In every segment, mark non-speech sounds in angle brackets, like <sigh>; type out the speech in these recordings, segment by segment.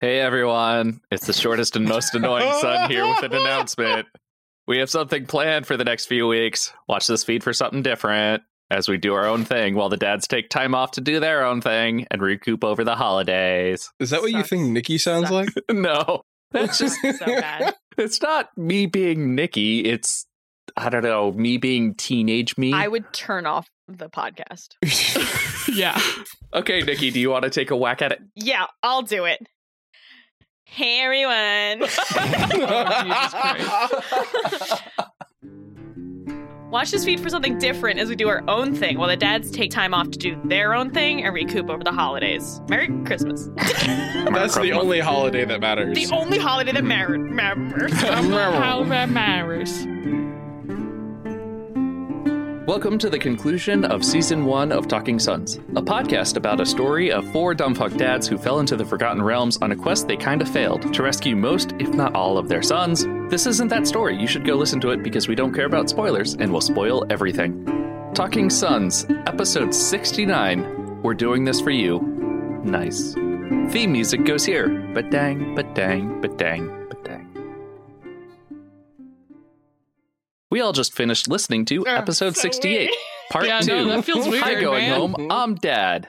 Hey everyone, it's the shortest and most annoying son here with an announcement. We have something planned for the next few weeks. Watch this feed for something different as we do our own thing while the dads take time off to do their own thing and recoup over the holidays. <laughs> Is that what you Sucks. think Nikki sounds Sucks. like? No, <laughs> that's That's just, so bad. it's not me being Nikki. It's, I don't know, me being teenage me. I would turn off the podcast. <laughs> Yeah. <laughs> okay, Nikki, do you want to take a whack at it? Yeah, I'll do it. Hey everyone. <laughs> Watch this feed for something different as we do our own thing while the dads take time off to do their own thing and recoup over the holidays. Merry Christmas. <laughs> That's the only holiday that matters. The only holiday that <laughs> mar- matters. Oh. How that matters. Welcome to the conclusion of season one of Talking Sons, a podcast about a story of four dumbfuck dads who fell into the Forgotten Realms on a quest they kinda failed to rescue most, if not all, of their sons. This isn't that story. You should go listen to it because we don't care about spoilers and we'll spoil everything. Talking Sons, episode 69. We're doing this for you. Nice. Theme music goes here. But dang, but dang, but dang, but dang. We all just finished listening to Ugh, episode Ah, so 68, weird. part yeah, two. no, that feels weird. Hi, going man. home. I'm dad.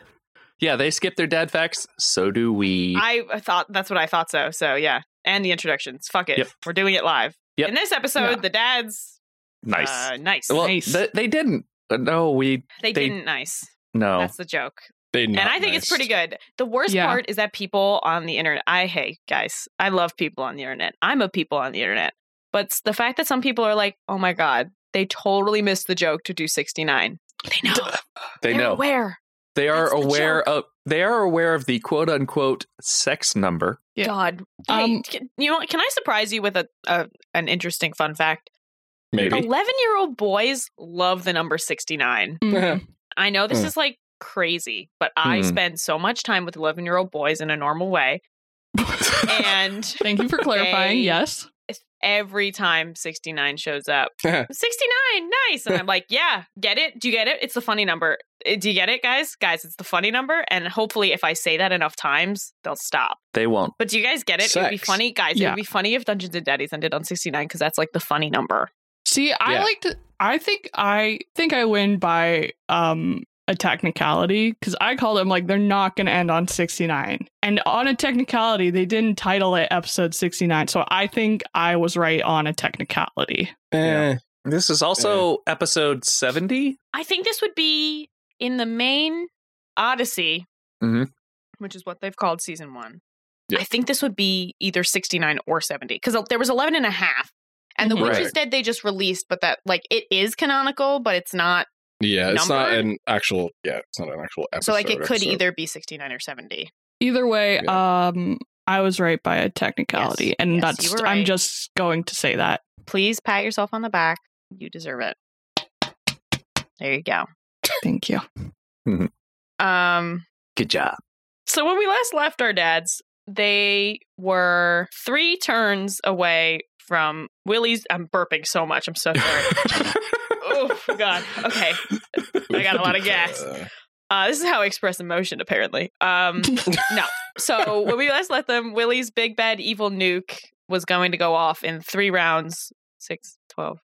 Yeah, they skip their dad facts. So do we. I I thought that's what I thought so. So yeah. And the introductions. Fuck it. Yep. We're doing it live. Yep. In this episode, Yeah. the dads nice. uh, nice. well, nice. th- they didn't. Uh, No, we they, they- didn't nice. no. That's the joke. They not and I think it's nice. pretty good. The worst Yeah. part is that people on the internet. I hey guys, I love people on the internet. I'm a people on the internet, but s- the fact that some people are like, oh my god, they totally missed the joke to do 69. They know. they They're know. Aware. They are That's the aware of. They are aware of the quote unquote sex number. Yeah. God. Hey, Um, can, you know, what? can I surprise you with a, a an interesting fun fact? Maybe. Eleven year old boys love the number 69. Mhm. I know this Mm. is like crazy, but I Mm. spend so much time with eleven year old boys in a normal way, and. <laughs> Thank you for clarifying. They- Yes. every time 69 shows up 69 nice and i'm like yeah get it do you get it it's the funny number Uh, do you get it guys guys it's the funny number and hopefully if i say that enough times they'll stop <laughs> they won't. but do you guys get it it'd be Sex. funny guys Yeah. it'd be funny if dungeons and daddies ended on 69 because that's like the funny number See, I Yeah. like to. I think I think I win by um a technicality because I called them like they're not going to end on sixty nine, and on a technicality they didn't title it episode sixty nine, so I think I was right on a technicality. Eh, This is also episode seventy. i think this would be in the main odyssey Mhm. which is what they've called season one Yeah. i think this would be either 69 or 70 because there was 11 and a half and the Mhm. witch Right. is dead they just released but that like it is canonical but it's not yeah, it's not Number? an actual. Yeah, it's not an actual episode. so like it could episode. either be 69 or 70 Either way, um, I was right by a technicality, Yes. and Yes, that's you were I'm right. just going to say that. please pat yourself on the back you deserve it there you go Thank you. um Good job. so when we last left our dads they were three turns away from willie's i'm burping so much i'm so sorry <laughs> <laughs> oh god okay I got a lot of gas. Uh, Uh, this is how I express emotion, apparently. Um, no. So when we last let them, Willie's big bad evil nuke was going to go off in three rounds 6, 12,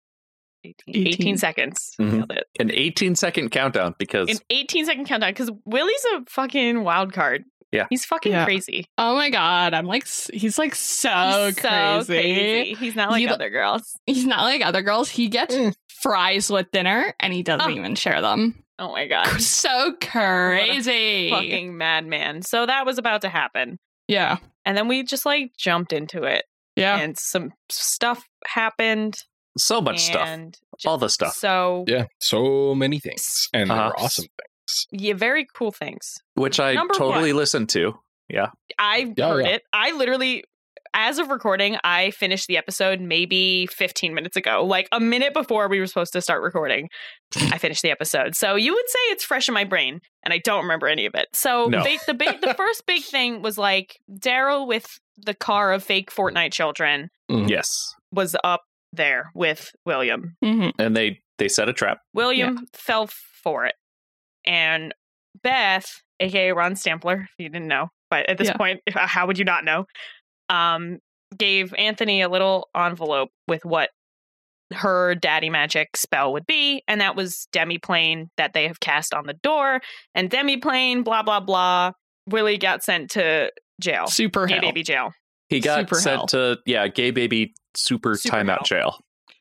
18, 18 18. seconds. Mhm. Nailed it. An eighteen second countdown because An 18 second countdown because Willie's a fucking wild card. Yeah. He's fucking Yeah. crazy. Oh my god, I'm like s- he's like so, He's Oh, crazy. He's not like You don't- other girls. He's not like other girls. He gets Mm. fries with dinner, and he doesn't Oh. even share them. Oh my God. so crazy. fucking madman. So that was about to happen. yeah. And then we just like jumped into it Yeah. and some stuff happened. so much stuff, and all the stuff. So yeah, so many things, and Uh-huh. they're awesome things. yeah, very cool things. which I Number totally one. listened to. I Yeah, heard yeah. it. I literally, as of recording, I finished the episode maybe 15 minutes ago, like a minute before we were supposed to start recording. <laughs> I finished the episode, so you would say it's fresh in my brain, and I don't remember any of it. So No. they, the <laughs> big, the first big thing was like Daryl with the car of fake Fortnite children Mhm. Yes, was up there with William. Mhm. and they they set a trap. William fell for it. And Beth, aka Ron Stampler, if you didn't know, but at this Yeah. point, if- how would you not know? Um, gave Anthony a little envelope with what her daddy magic spell would be, and that was demiplane that they have cast on the door, and demiplane, blah blah blah. Willie got sent to jail, Super gay hell. baby jail. He got Super sent hell. to yeah, gay baby super, Super timeout hell. jail.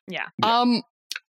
Yeah. Um,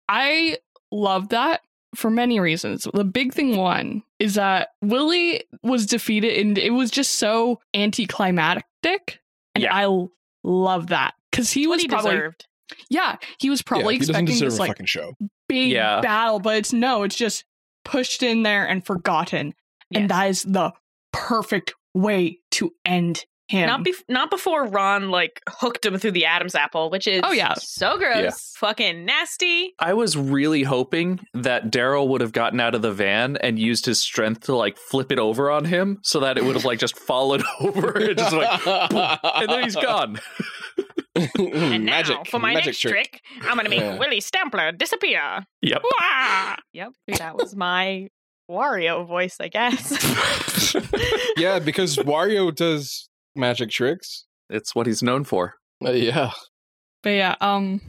I love that for many reasons. The big thing one is that Willie was defeated, and it was just so anticlimactic, and Yeah. I l- love that because he What was he probably deserved. yeah he was probably he doesn't expecting deserve this a like fucking <laughs> show. big Yeah. battle, but it's no, it's just pushed in there and forgotten, Yes. and that is the perfect way to end him. Not bef- not before Ron like hooked him through the Adam's apple, which is Oh, yeah. so gross, fucking nasty. I was really hoping that Daryl would have gotten out of the van and used his strength to like flip it over on him so that it would have like just fallen <laughs> over and just <laughs> like and then he's <laughs> gone. And now for my Hmm, magic next trick. I'm gonna make Yeah. Willie Stampler disappear. Yep. Wah! Yep, that was my Wario voice, I guess. Yeah, because Wario does magic tricks. It's what he's known for. Uh, yeah. But yeah, um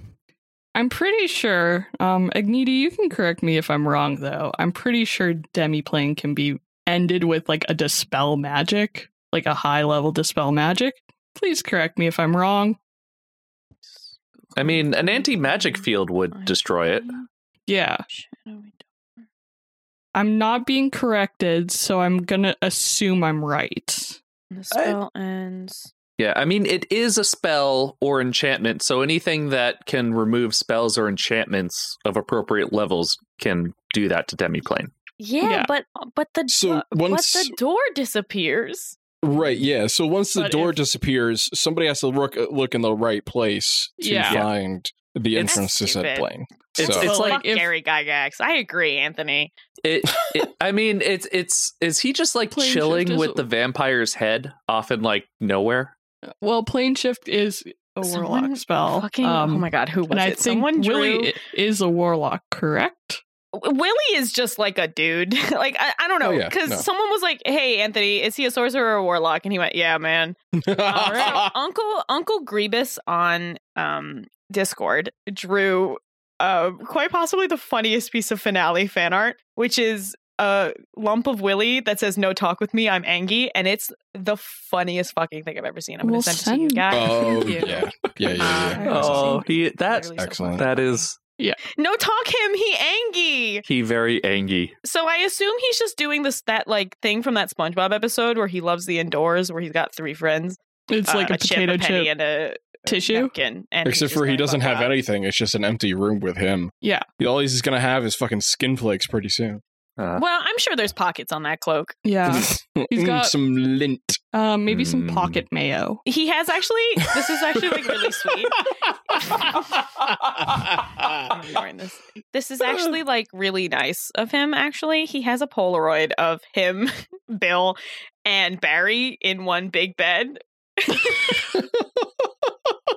I'm pretty sure um Agniti, you can correct me if I'm wrong though. I'm pretty sure demiplane can be ended with like a dispel magic, like a high level dispel magic. Please correct me if I'm wrong. I mean, an Mm-hmm. anti-magic field would destroy it. Yeah, I'm not being corrected, so I'm going to assume I'm right. The spell ends. Yeah, I mean, it is a spell or enchantment, so anything that can remove spells or enchantments of appropriate levels can do that to demiplane. Yeah, Yeah. but uh, but the So once- but the door disappears. Right. Yeah. So once the But door if- disappears, somebody has to look look in the right place to Yeah. Yeah. find the It's entrance to said stupid. plane. It's- so it's- Fuck like if- Gary Gygax. I agree, Anthony. It, <laughs> it I mean, it's it's is he just like Plane chilling shift with is- the vampire's head off in like nowhere? Well, plane shift is a Someone warlock spell. Fucking, Um, oh my god, who was and it? I think Someone drew. Willie is a warlock, correct? Willie is just like a dude. <laughs> like I, I don't Oh, know yeah, because no. someone was like, "Hey, Anthony, is he a sorcerer or a warlock?" And he went, "Yeah, <laughs> man." Um, <laughs> so Uncle Uncle Grievous on um, Discord drew uh, quite possibly the funniest piece of finale fan art, which is a lump of Willy that says "No talk with me, I'm Angie," and it's the funniest fucking thing I've ever seen. I'm We'll gonna send, it to send- you guys. oh Thank yeah. you. Yeah. Yeah. Yeah. yeah. Uh, Oh, he that Literally so Excellent. funny. that is Oh. No talk him, he Angie. he very angy. So I assume he's just doing this that like thing from that SpongeBob episode where he loves the indoors, where he's got three friends. It's uh, like a, potato chip, a penny, chip and a tissue. napkin, and he's Except just for he going, doesn't "Blah, have blah." anything. It's just an empty room with him. Yeah. All he's gonna have is fucking skin flakes pretty soon. <laughs> Uh, Well, I'm sure there's pockets on that cloak. Yeah. Uh, <laughs> He's Mm, got- some <laughs> lint. <laughs> Um, maybe some Mm. pocket mayo. He has actually. This is actually like really sweet. I'm ignoring this. This <laughs> is actually like really nice of him. Actually, he has a Polaroid of him, <laughs> Bill, and Barry in one big bed.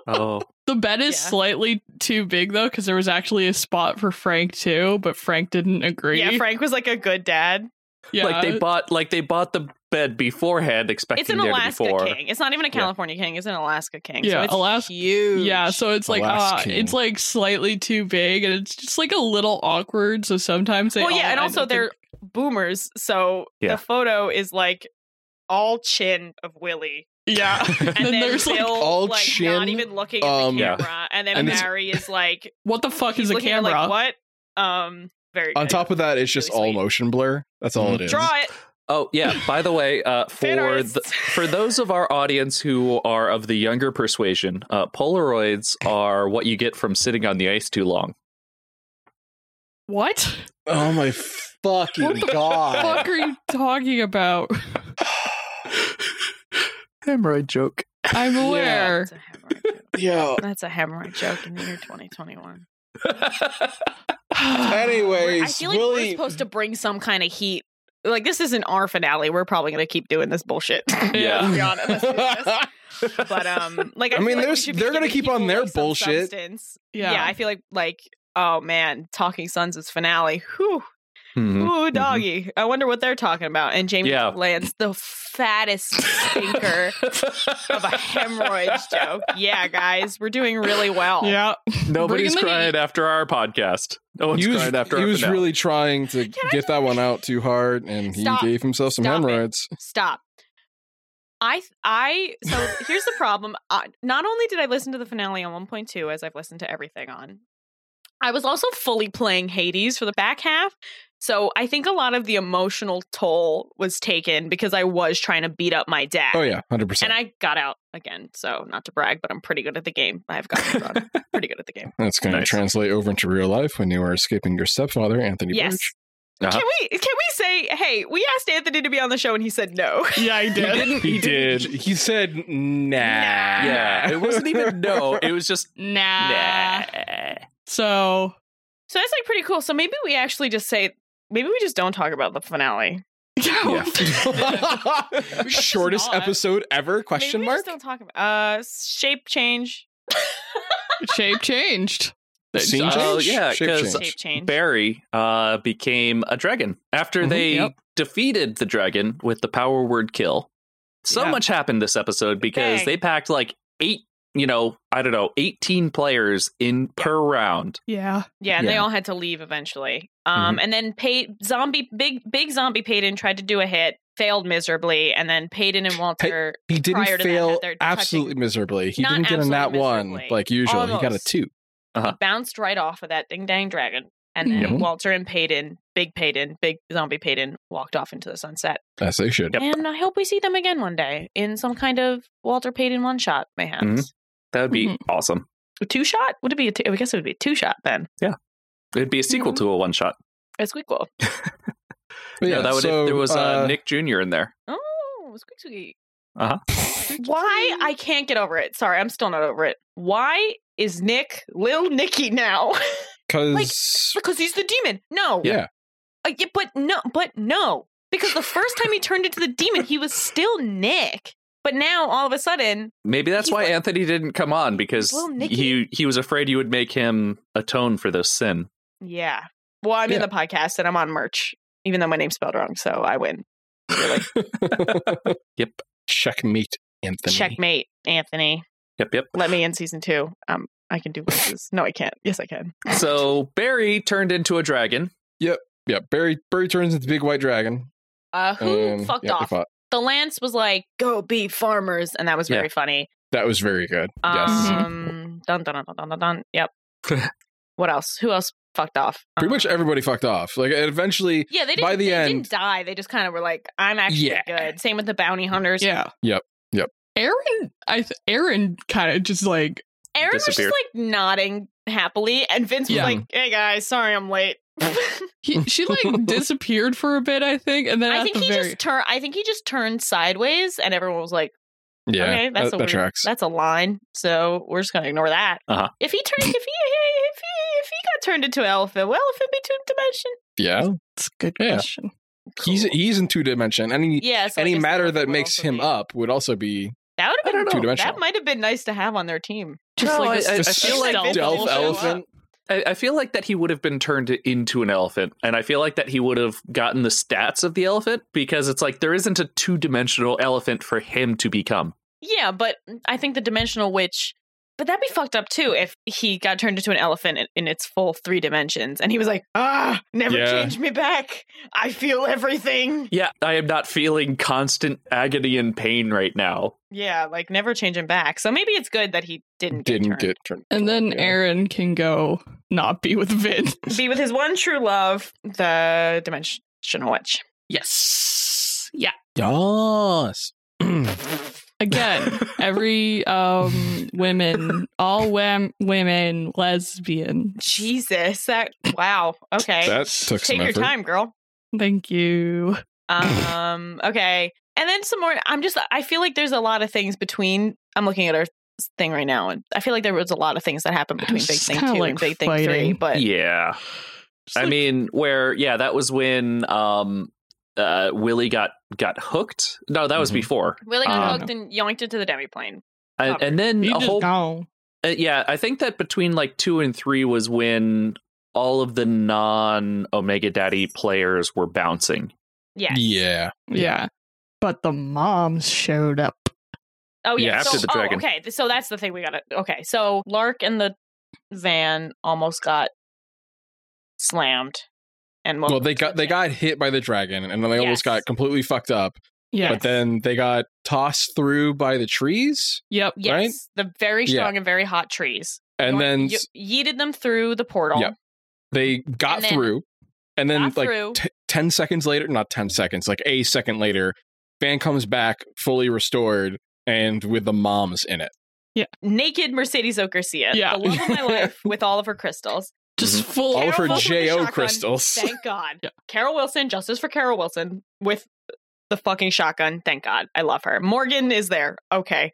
oh, The bed is Yeah. slightly too big though, because there was actually a spot for Frank too, but Frank didn't agree. Yeah, Frank was like a good dad. Yeah. like they bought like they bought the bed beforehand, expecting It's an there to Alaska be four. king. It's not even a California king. It's an Alaska king. so Yeah, it's Alaska- Huge. yeah, so it's like uh, Alaskan. it's like slightly too big, and it's just like a little awkward. So sometimes they. well, yeah, and all end also up in- they're boomers, so Yeah. the photo is like all chin of Willie. yeah. And and, then then, there's, Bill, like, all like chin, not even looking at um, the Yeah. camera, and then and it's- Barry is like, What the fuck he's is a looking at, camera? like what? Um, very On good. top of that, it's just Really all sweet. motion blur. That's all Mm. it is. draw it Oh yeah. By the way, uh, <laughs> Fan for artists. the, for those of our audience who are of the younger persuasion, uh, Polaroids are what you get from sitting on the ice too long. <laughs> What? Oh my fucking What the god! fuck are <laughs> you talking about? Hemorrhoid joke. I'm Yeah. aware. <laughs> That's a hemorrhoid joke. Yeah. That's a hemorrhoid joke in the year 2021. <sighs> Anyways, I feel like we're Willie- supposed to bring some kind of heat. Like this isn't our finale. We're probably gonna keep doing this bullshit. <laughs> Yeah. To be honest, <laughs> let's do <laughs> this. <laughs> but um, like I, I feel mean, like we there's- should be they're gonna giving keep on people, their like, some bullshit. substance. yeah. I feel like like oh man, Talking Sons' finale. Whew. Mhm. Ooh, doggy. I wonder what they're talking about. And Jamie Yeah. lands the fattest <laughs> stinker of a hemorrhoids joke. Yeah, guys, we're doing really well. Yeah. Nobody's Bring 'em in. crying after our podcast. No one's he was, crying after he our was finale. really trying to Can I get that one out too hard, and he Stop. gave himself some Stop it. hemorrhoids. Stop. I I <laughs> so here's the problem. I, not only did I listen to the finale on 1.2 as I've listened to everything on. I was also fully playing Hades for the back half. So I think a lot of the emotional toll was taken because I was trying to beat up my dad. Oh yeah, hundred And percent. I got out again. So not to brag, but I'm pretty good at the game. I've gotten drawn. <laughs> pretty good at the game. That's going to Nice. translate over into real life when you are escaping your stepfather, Anthony. Yes. Birch. Uh-huh. Can we can we say, hey, we asked Anthony to be on the show and he said no. <laughs> Yeah, I He did. didn't. He, He did. He said, "Nah." Yeah, it wasn't even <laughs> no. It was <laughs> just Nah. nah. So <laughs> So that's like pretty cool. So maybe we actually just say maybe we just don't talk about the finale. Yeah. Oh, <laughs> Shortest not. episode ever? Question maybe We mark. just don't talk about uh shape change. shape changed. Scene Uh, change? yeah, Shape 'cause- change. Shape change. Barry uh, became a dragon after Mm-hmm, Mhm, they yep. defeated the dragon with the power word kill. So Yeah. much happened this episode because Bang. they packed like eight, you know, I don't know, eighteen players in per round. Yeah. yeah, and they Yeah. Mm-hmm. all had to leave eventually. Um and then Pay zombie big big zombie Payton tried to do a hit, failed miserably, and then <laughs> Payton and Walter He prior didn't to that, fail that they're absolutely miserably. He Not didn't get a nat absolutely one miserably. like usual. He got a Almost. two. bounced right off of that ding dang dragon. And then Yep. Walter and Payton, big Payton, big zombie Payton, walked off into the sunset. As they should. Yep. And I hope we see them again one day in some kind of Walter Payton one shot, Mm-hmm. mayhaps. That would be Mhm. Mm-hmm. awesome. A two shot? Would it be a two? I guess it would be a two shot then. It'd be a sequel Mm-hmm. to a one shot. A squeakquel. But Yeah, that would so, if there was uh, uh, Nick Jr. in there. Oh, squeak squeak. Uh-huh. Squeak, Why? squeak. I can't get over it. Sorry, I'm still not over it. Why is Nick Lil Nicky now? <laughs> Because because he's the demon. No. yeah, Uh, yeah, but no, but no. Because the first time he turned into the demon, he was still Nick. But now all of a sudden, Maybe that's He's why like- Anthony didn't come on because Little Nicky. he he was afraid you would make him atone for this sin. yeah. Well, I'm in Yeah. the podcast and I'm on merch, even though my name's spelled wrong, so I win. checkmate, Anthony. Checkmate, Anthony. Yep, <laughs> yep. Let me in season two. Um, I can do voices. No, I can't. Yes, I can. So Barry turned into a dragon. Yeah, Barry. Barry turns into the big white dragon. Uh, who and, fucked Um, yeah, they off? fought. The Lance was like, "Go be farmers," and that was very Yeah. funny. That was very good. yes. Mm-hmm. Um, dun dun dun dun dun dun. dun. <laughs> Yep. what else? Who else fucked off? Pretty much Um, everybody fucked off. Like and eventually, Yeah, they didn't. by the they end- didn't die. They just kind of were like, "I'm actually Yeah. Mm, good." Same with the bounty hunters. Yeah. Yep. Yep. Aaron, I th- Aaron kind of just like Aaron was just Disappeared. like nodding happily, and Vince was Yeah. like, "Hey guys, sorry <laughs> I'm late." <laughs> he, she like disappeared for a bit, I think, and then I at think the he very just turned. I think he just turned sideways, and everyone was like. yeah, okay, that's that, a that weird- tracks. That's a line, so we're just gonna ignore that. Uh-huh. If he turned, if he, if he, if he got turned into an elephant, well, if it be two dimension, yeah, That's a good Yeah. question. he's he's in two dimension. Any yeah, so I any guess the matter elephant that would makes also him be- up would also be that would I have don't know. been Two-dimensional. That might have been nice to have on their team. Just No, like a I- I- I stealth feel like Stealth stealth elephant. elephant. I, I feel like that he would have been turned into an elephant, and I feel like that he would have gotten the stats of the elephant because it's like there isn't a two dimensional elephant for him to become. Yeah, but I think the dimensional witch. But that'd be fucked up too if he got turned into an elephant in, in its full three dimensions, and he was like, "Ah, never Yeah. change me back. I feel everything." Yeah, I am not feeling constant agony and pain right now. Yeah, like never change him back. So maybe it's good that he didn't get didn't turned. get turned. And then Yeah. Aaron can go not be with Vin. be with his one true love, the dimensional witch. Yes. Yeah. Yes. <clears throat> <laughs> Again, every um women, all wem- women, lesbian. Jesus, that wow. Okay, that took some take your effort. time, girl. Thank you. <laughs> Um, okay, and then some more. I'm just. I feel like there's a lot of things between. I'm looking at our thing right now, and I feel like there was a lot of things that happened between It's Big Thing kinda Two like and Big Thing Three. fighting. But Yeah. Just I like- mean, where yeah, that was when um uh Willie got got hooked. No, that was Mhm. before. Willie got got Um, hooked and yoinked into the demi plane. And, and then you a just whole gone. Uh, yeah, I think that between like two and three was when all of the non Omega Daddy players were bouncing. Yes. Yeah. Yeah. But the moms showed up. Oh yeah. Yeah, after so, the oh, dragon. okay. So that's the thing we gotta. Okay. So Lark and the van almost got slammed, and Well, they got they got hit by the dragon, and then they Yes. almost got completely fucked up. Yeah. But then they got tossed through by the trees, yep. yes, right? the very Yeah. strong and very hot trees, and Nor- then ye- s- yeeted them through the portal. Yeah. they got And then- through. And then, Got like through. t- ten seconds later, not ten seconds, like a second later, Van comes back fully restored and with the moms in it. naked Mercedes O'Garcia, Yeah. the love of <laughs> my life, with all of her crystals. Just full All of her Carol Wilson with a JO shotgun, crystals. <laughs> Thank God. Yeah. Carol Wilson, justice for Carol Wilson, with the fucking shotgun. Thank God. I love her. Morgan is there. Okay.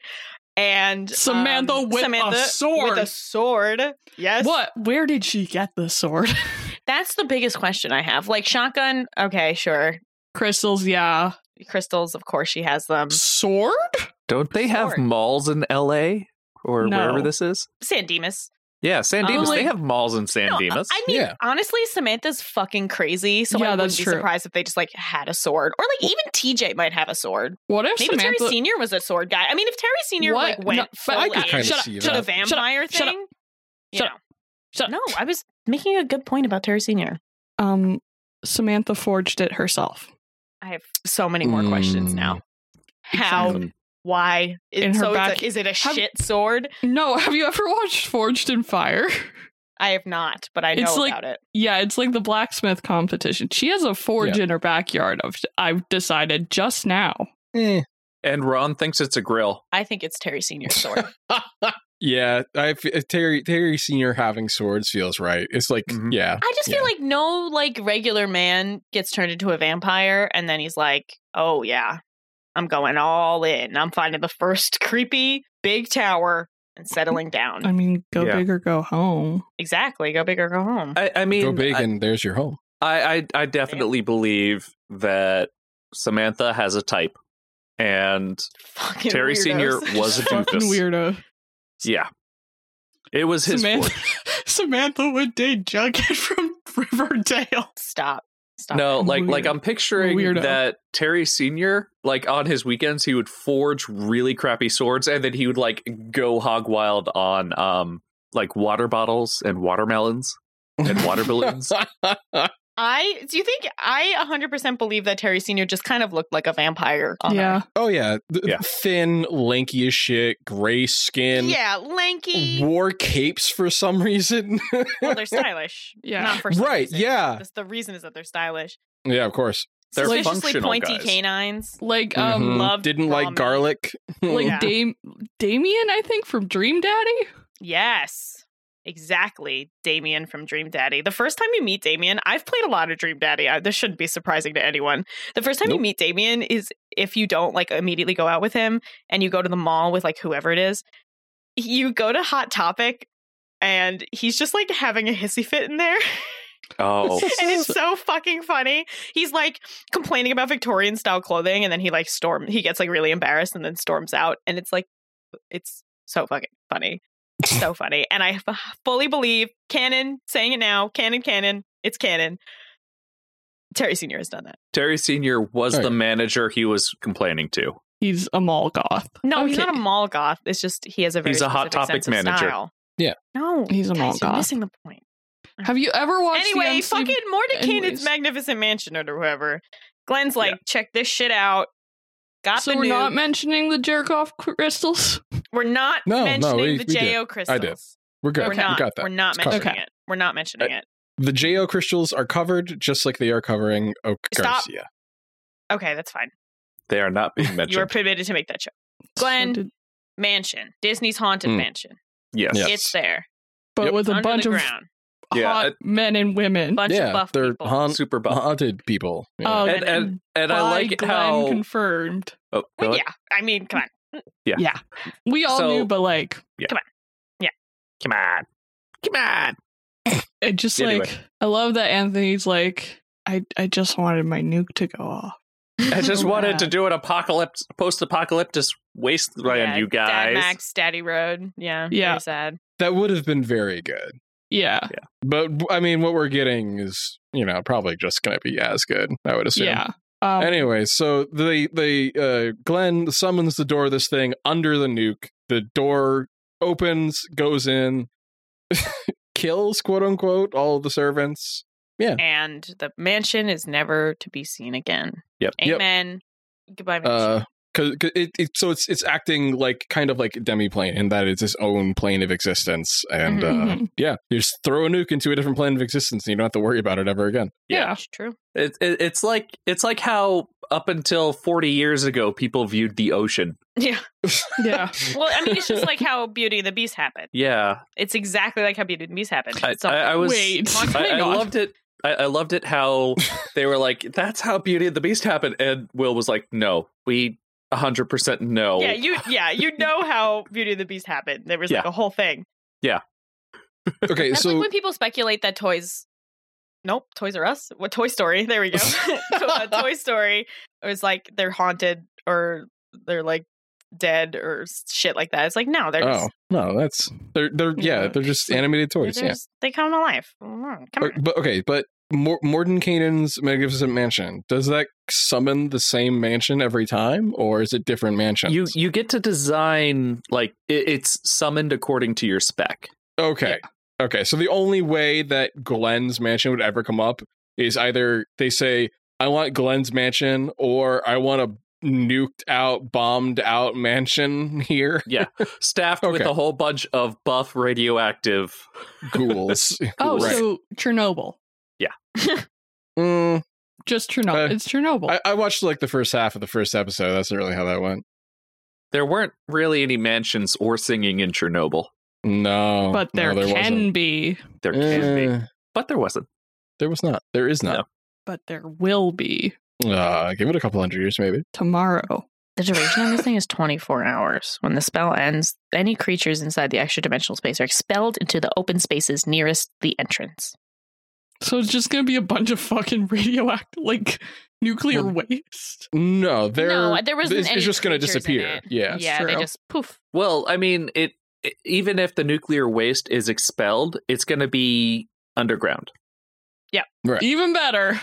And um, Samantha with a sword. With a sword. Yes. What? Where did she get the sword? <laughs> That's the biggest question I have. Like shotgun, okay, sure. Crystals, yeah. Crystals, of course she has them. Sword? Don't they have Sure. malls in L.A. or No. wherever this is? San Dimas. Yeah, San Oh, Dimas. like- they have malls in San No, Dimas. I mean, Yeah. honestly, Samantha's fucking crazy. So Yeah, I wouldn't that's be true. surprised if they just like had a sword. Or like even TJ might have a sword. What if Maybe Terry Samantha Senior was a sword guy. I mean, if Terry Senior What? like went No, but full I could out kinda to shut up, see shut the that. up, shut up, vampire thing, shut up. you shut know. shut up. No, I was making a good point about Terry Senior. um Samantha forged it herself. I have so many more Mm. questions now. How? Hmm. Mm. Why? It- In her so it's a- back- is it a Have- shit sword? No, <laughs> have you ever watched Forged in Fire? <laughs> I have not, but I know It's like- about it. yeah, it's like the blacksmith competition. She has a forge in her backyard of I've decided just now. <laughs> Eh. and Ron thinks it's a grill. I think it's <laughs> Terry Senior's sword. Yeah, I f- eh, Terry Terry Senior having swords feels right. It's like Mhm. yeah, I just Yeah. feel like no like regular man gets turned into a vampire and then he's like, "Oh yeah, I'm going all in. I'm finding the first <laughs> creepy big tower and settling I down." mean, go Yeah. big or go home. <laughs> Exactly. Go big or go home. I, I mean, go big I- and there's your home. I, I I definitely believe that Samantha has a type, and <laughs> Fucking Terry weirdos. <laughs> Senior was a Fucking doofus. <laughs> weirdo. Yeah, it was his. Samantha, fault. <laughs> Samantha would date Jughead <laughs> from Riverdale. Stop. Stop. No, like like Weird. I'm picturing Weirdo. that Terry Senior, like on his weekends, he would forge really crappy swords, and then he would like go hog wild on um like water bottles and watermelons and <laughs> water balloons. I do you think I 100% believe that Terry Senior just kind of looked like a vampire? on yeah. oh yeah. Th- Yeah. thin, lanky as shit, gray her. skin. Yeah, lanky. Wore capes for some <laughs> reason. Well, they're stylish. Yeah. Not for some Right, reason. yeah. That's the reason is that they're stylish. yeah, of course. They're Suspiciously functional pointy guys. canines. Like um Mhm. loved didn't ramen. like <laughs> garlic. Mm-hmm. Mm-hmm. like Yeah. Dam- Damien, I think, from Dream Daddy. Yes. Exactly. Damien from Dream Daddy. The first time you meet Damien, I've played a lot of Dream Daddy. I, this shouldn't be surprising to anyone. The first time you Nope. meet Damien is if you don't like immediately go out with him and you go to the mall with like whoever it is, you go to Hot Topic and he's just like having a hissy fit in there. Oh, <laughs> and it's so fucking funny. He's like complaining about Victorian style clothing, and then he like storm. He gets like really embarrassed, and then storms out. And it's like, it's so fucking funny, <laughs> so funny. And I f- fully believe canon saying it now. Canon, canon, it's canon. Terry Senior has done that. Terry Senior was Right. the manager he was complaining to. He's a mall goth. No, he's Okay. not a mall goth. It's just he has a very He's a Hot specific Topic sense of manager. style. Yeah. no, He's a guys, mall you're goth. missing the point. Have you ever watched? the anyway, MCB fucking Mordekainen's anyways. Magnificent Mansion or whoever. Glenn's like, check this shit out. Got So the we're new. not mentioning the jerk off crystals. <laughs> we're not No, no, mentioning we- the we did. JO crystals. I did. We're good. We're We not. got that. We're not It's covered. mentioning it. We're not mentioning it. The Jo crystals are covered just like they are covering Oak Stop. Garcia. Okay, that's fine. They are not being You are mentioned. permitted to make that show. Glenn. So did- Mansion, Disney's haunted Mm. mansion. yes. Yeah. Yes. It's there but Yep. with a under bunch the of ground. Yeah, hot it- men and women. Bunch of Yeah, buff they're people. haunt- Super buff. haunted people. Yeah. Oh, And- and- And I by like Glenn how. confirmed. oh, go Well, ahead. yeah, I mean, come on, Yeah, we all So- knew, but like, Come on. Come on. it just Anyway. like I love that Anthony's like, I I just wanted my nuke to go off. I <laughs> just Oh, wanted man. to do an apocalypse, post-apocalyptic wasteland, Yeah, you Dad guys. Max, Daddy Road. Yeah, Yeah. very sad. That would have been very good. Yeah. But I mean, what we're getting is you know probably just going to be as good. I would assume. Yeah. Oh. Um, Anyway, so they they uh Glenn summons the door of this thing under the nuke. The door opens, goes in, <laughs> kills quote unquote all of the servants. and the mansion is never to be seen again. Yep. Yep. Amen. Goodbye, mansion. Uh 'cause 'cause it, it so it's it's acting like kind of like demiplane in that it's its own plane of existence and Mm-hmm, uh mhm. yeah you just throw a nuke into a different plane of existence and you don't have to worry about it ever again yeah. It's true. It, it, it's like it's like how up until 40 years ago people viewed the ocean. Yeah. <laughs> Yeah. Well, I mean, it's just like how Beauty and the Beast happened. Yeah, It's exactly like how Beauty and the Beast happened. I, So- I, I was. Wait. I, I <laughs> hang on. loved it. I, I loved it how they were like, "That's how Beauty and the Beast happened," and Will was like, "No, we 100 percent no." yeah, you <laughs> yeah you know how Beauty and the Beast happened. There was like Yeah. a whole thing. <laughs> okay That's so like when people speculate that toys. Nope, Toys are Us. What Toy Story? There we <laughs> go. <laughs> Uh, Toy Story was like they're haunted or they're like dead or s- shit like that. It's like no, they're oh just no that's they're they're yeah, Yeah. they're just animated they're toys yeah just- they come to life. Mm, Come Or- on. but okay but Mor- Morden Kanan's Magnificent Mansion does that summon the same mansion every time or is it different mansions you you get to design like it, it's summoned according to your spec. Okay. Okay. So the only way that Glenn's mansion would ever come up is either they say, I want Glenn's mansion or I want a nuked out, bombed out mansion <laughs> here. Staffed with Okay. a whole bunch of buff radioactive. Ghouls. Oh, Right. so Chernobyl. <laughs> Mm, Just Chernobyl. Uh, it's Chernobyl. I, I watched like the first half of the first episode. That's not really how that went. There weren't really any mansions or singing in Chernobyl. oh, No. but there, no, can wasn't. be. There can be, Eh, but there wasn't. there was not. There is not. But there will be Uh, give it a couple hundred years, maybe. tomorrow. The duration on this thing is 24 hours. When the spell ends, any creatures inside the extra dimensional space are expelled into the open spaces nearest the entrance. So it's just gonna be a bunch of fucking <laughs> radioactive, like nuclear Well, waste. No, there. No, there wasn't It's, any it's just going to creatures in disappear. it. Yeah. yeah, they true. just poof. Well, I mean, it i- even if the nuclear waste is expelled, it's going to be underground. Right. Even better.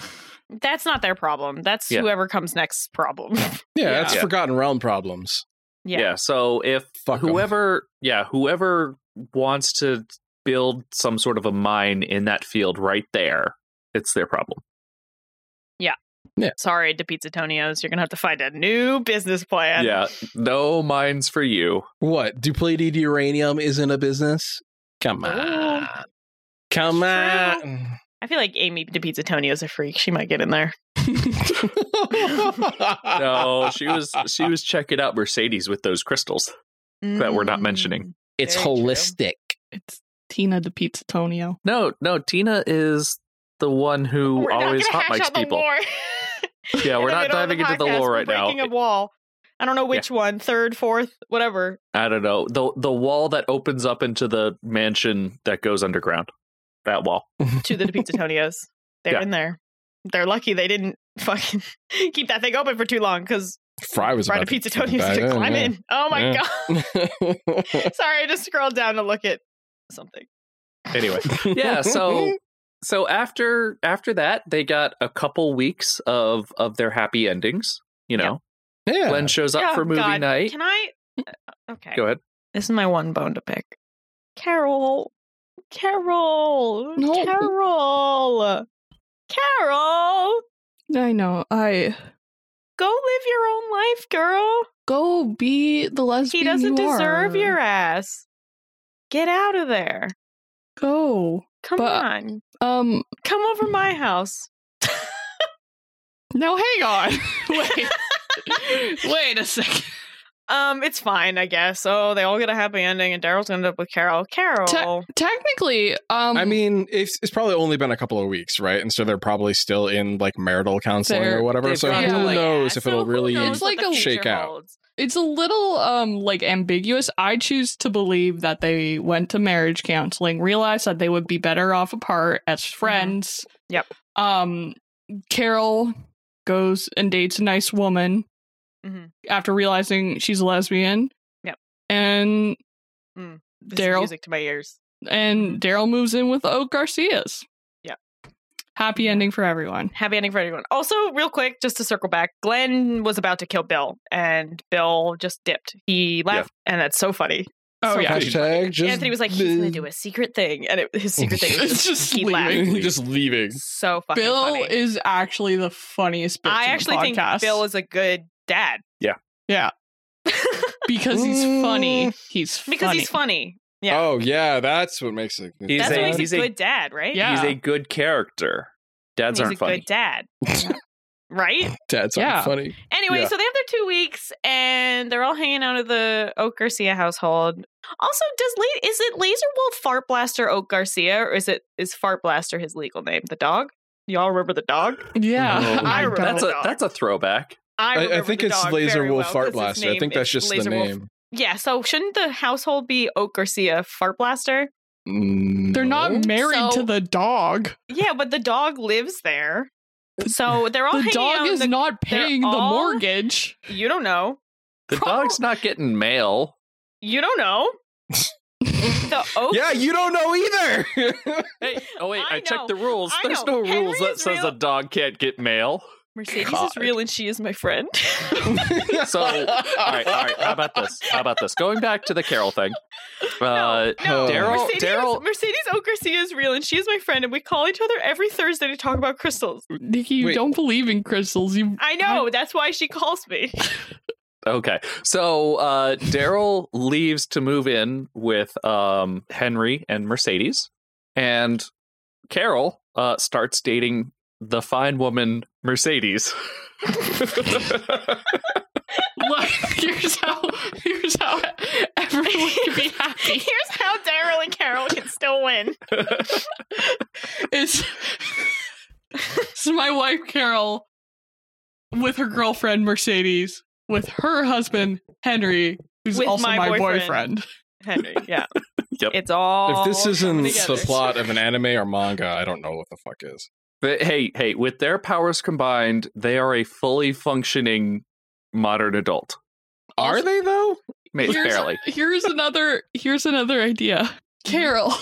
That's not their problem. That's Yeah. whoever comes next problem. <laughs> Yeah. Yeah. That's Yeah. Forgotten Realm problems. Yeah. so if Fuck 'em. whoever, yeah, whoever wants to build some sort of a mine in that field right there, it's their problem. Sorry to Pizzatonios, you're gonna have to find a new business plan. <gasps> Yeah, no mines for you. What? Depleted uranium isn't a business? Come Ooh. on. Come That's on. I feel like Amy to Pizzatonios is a freak. She might get in there. <laughs> No, she was she was checking out Mercedes with those crystals. That we're not Mm. mentioning. <laughs> It's Very true. holistic. It's Tina the Pizzatonio. No, no, Tina is the one who We're not always gonna hot hash mics out the people. lore. Yeah, <laughs> In we're the not middle of diving into the podcast, lore we're right now. Breaking a wall. I don't know which one. Third, fourth, whatever. I don't know the the wall that opens up into the mansion that goes underground. That wall. To the Pizzatonios. They're Yeah. in there. They're lucky they didn't <laughs> fucking keep that thing open for too long because Fry was Brian about to Pizzatonios had to climb in. Oh my Yeah. god! <laughs> Sorry, I just scrolled down to look at something. <laughs> Anyway, yeah. So so after after that, they got a couple weeks of of their happy endings. You know, <laughs> yeah. Glenn shows up Yeah, for movie God. night. Can I? uh, Okay. Go ahead. This is my one bone to pick. Carol. Carol. No. Carol. Carol. I know. I Go live your own life, girl. go be the He lesbian. doesn't you deserve are. your ass. Get out of there. go. Come But- on. Um. Come over my <laughs> house. No, hang <laughs> on. <laughs> Wait. Wait a second. Um, it's fine, I guess. Oh, they all get a happy ending, and Daryl's gonna end up with Carol. Carol. Technically, um, I mean, it's, it's probably only been a couple of weeks, right? And so they're probably still in like marital counseling They're- or whatever. they've So got- who Yeah. knows Yeah, if so it'll who really. knows It's like what the a- shake future out. holds. it's a little um like ambiguous. I choose to believe that they went to marriage counseling, realized that they would be better off apart as friends. Mm-hmm. Yep. Um Carol goes and dates a nice woman Mhm. after realizing she's a lesbian. Yep. And This is Daryl music to my ears. and Daryl moves in with the Oak Garcias. Mm-hmm. Yep. Happy ending for everyone. Happy ending for everyone. Also, real quick, just to circle back, Glenn was about to kill Bill, and Bill just dipped. He left, and that's so funny. Oh, So yeah. funny. Hashtag just Anthony was like, he's gonna do a secret thing, and it, his secret thing was It's just just he laughed. <laughs> leaving. just leaving. So fucking Bill funny. is actually the funniest. Bitch I in the actually think podcast. Bill is a good dad because he's funny. He's <laughs> because funny. he's funny. Yeah. Oh yeah, that's what makes it. He's That's a- what makes he's a a- good dad, right? Yeah. He's a good character. Dads he's aren't a funny. good <laughs> dad, right? Dad's Yeah. funny. Anyway, Yeah. so they have their two weeks, and they're all hanging out at the Oak Garcia household. Also, does La- is it Laser Wolf Fart Blaster Oak Garcia, or is it is Fart Blaster his legal name? The dog. Y'all remember the dog? yeah. No. <laughs> I remember don't- That's a dog. that's a throwback. I, I remember think the it's dog Laser very Wolf well, 'cause Fart his Blaster. I name think that's is just Laser the Wolf. name. Yeah. So shouldn't the household be Oak Garcia Fart Blaster? They're not married So- to the dog. Yeah, but the dog lives there. So they're all The hanging out dog in is the- not oh, they're paying the all- mortgage. You don't know. The dog's not getting mail. You don't know. <laughs> the oak. Yeah, you don't know either. Hey, oh wait, I, I checked know. the rules. I There's no know. rules that Henry's says real- a dog can't get <laughs> mail. Mercedes God. is real and she is my friend. <laughs> So, all right, all right. How about this? How about this? Going back to the Carol <laughs> thing. Uh, no, Daryl- Mercedes, Daryl- Mercedes Oak Garcia is real and she is my friend, and we call each other every Thursday to talk about crystals. Mm, Nikki, you Wait. don't believe in crystals. You I know. That's why she calls me. <laughs> Okay. So uh, Daryl leaves to move in with um, Henry and Mercedes, and Carol uh, starts dating the fine woman <laughs> Mercedes. look. <laughs> Here's how. Here's how everyone <laughs> can <laughs> be happy. Here's how Daryl and Carol can still win. Is <laughs> this is my wife Carol with her girlfriend Mercedes with her husband Henry, who's With also my my, boyfriend. boyfriend. Henry, yeah. Yep. It's all. <laughs> if this isn't coming the together. plot of an anime or manga, I don't know what the fuck is. but hey, hey, with their powers combined, they are a fully functioning modern adult. Are they though? Maybe Here's- barely. Here's another. Here's another idea. Carol.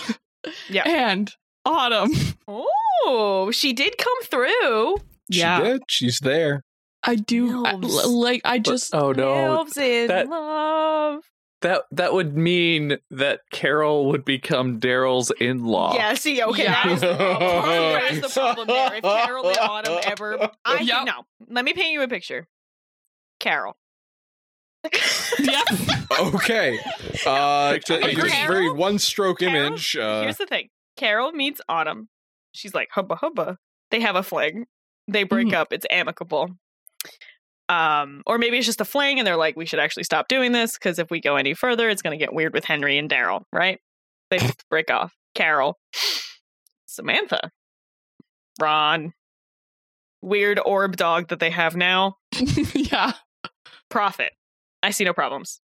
Yeah. <laughs> And Autumn. Oh, she did come through. Oh, She did. She's there. I do. I- Elves. l- like I um, just. Oh no. Elves in that- love. That that would mean that Carol would become Daryl's in-law. Yeah, see, okay, Yeah. that is the problem. That is the problem there. If Carol and Autumn ever, I can- Yep. no. Let me paint you a picture. Carol. <laughs> yeah. Okay. Uh, Picture it's Carol? a very one-stroke Carol? image. Uh, Here's the thing. Carol meets Autumn. She's like hubba hubba. They have a fling. They break Mm-hmm. Mhm. up. It's amicable. Um, or maybe it's just a fling, and they're like, we should actually stop doing this because if we go any further, it's going to get weird with Henry and Daryl, right? They <laughs> break off. Carol, Samantha, Ron, weird orb dog that they have now, <laughs> yeah. Prophet. I see no problems.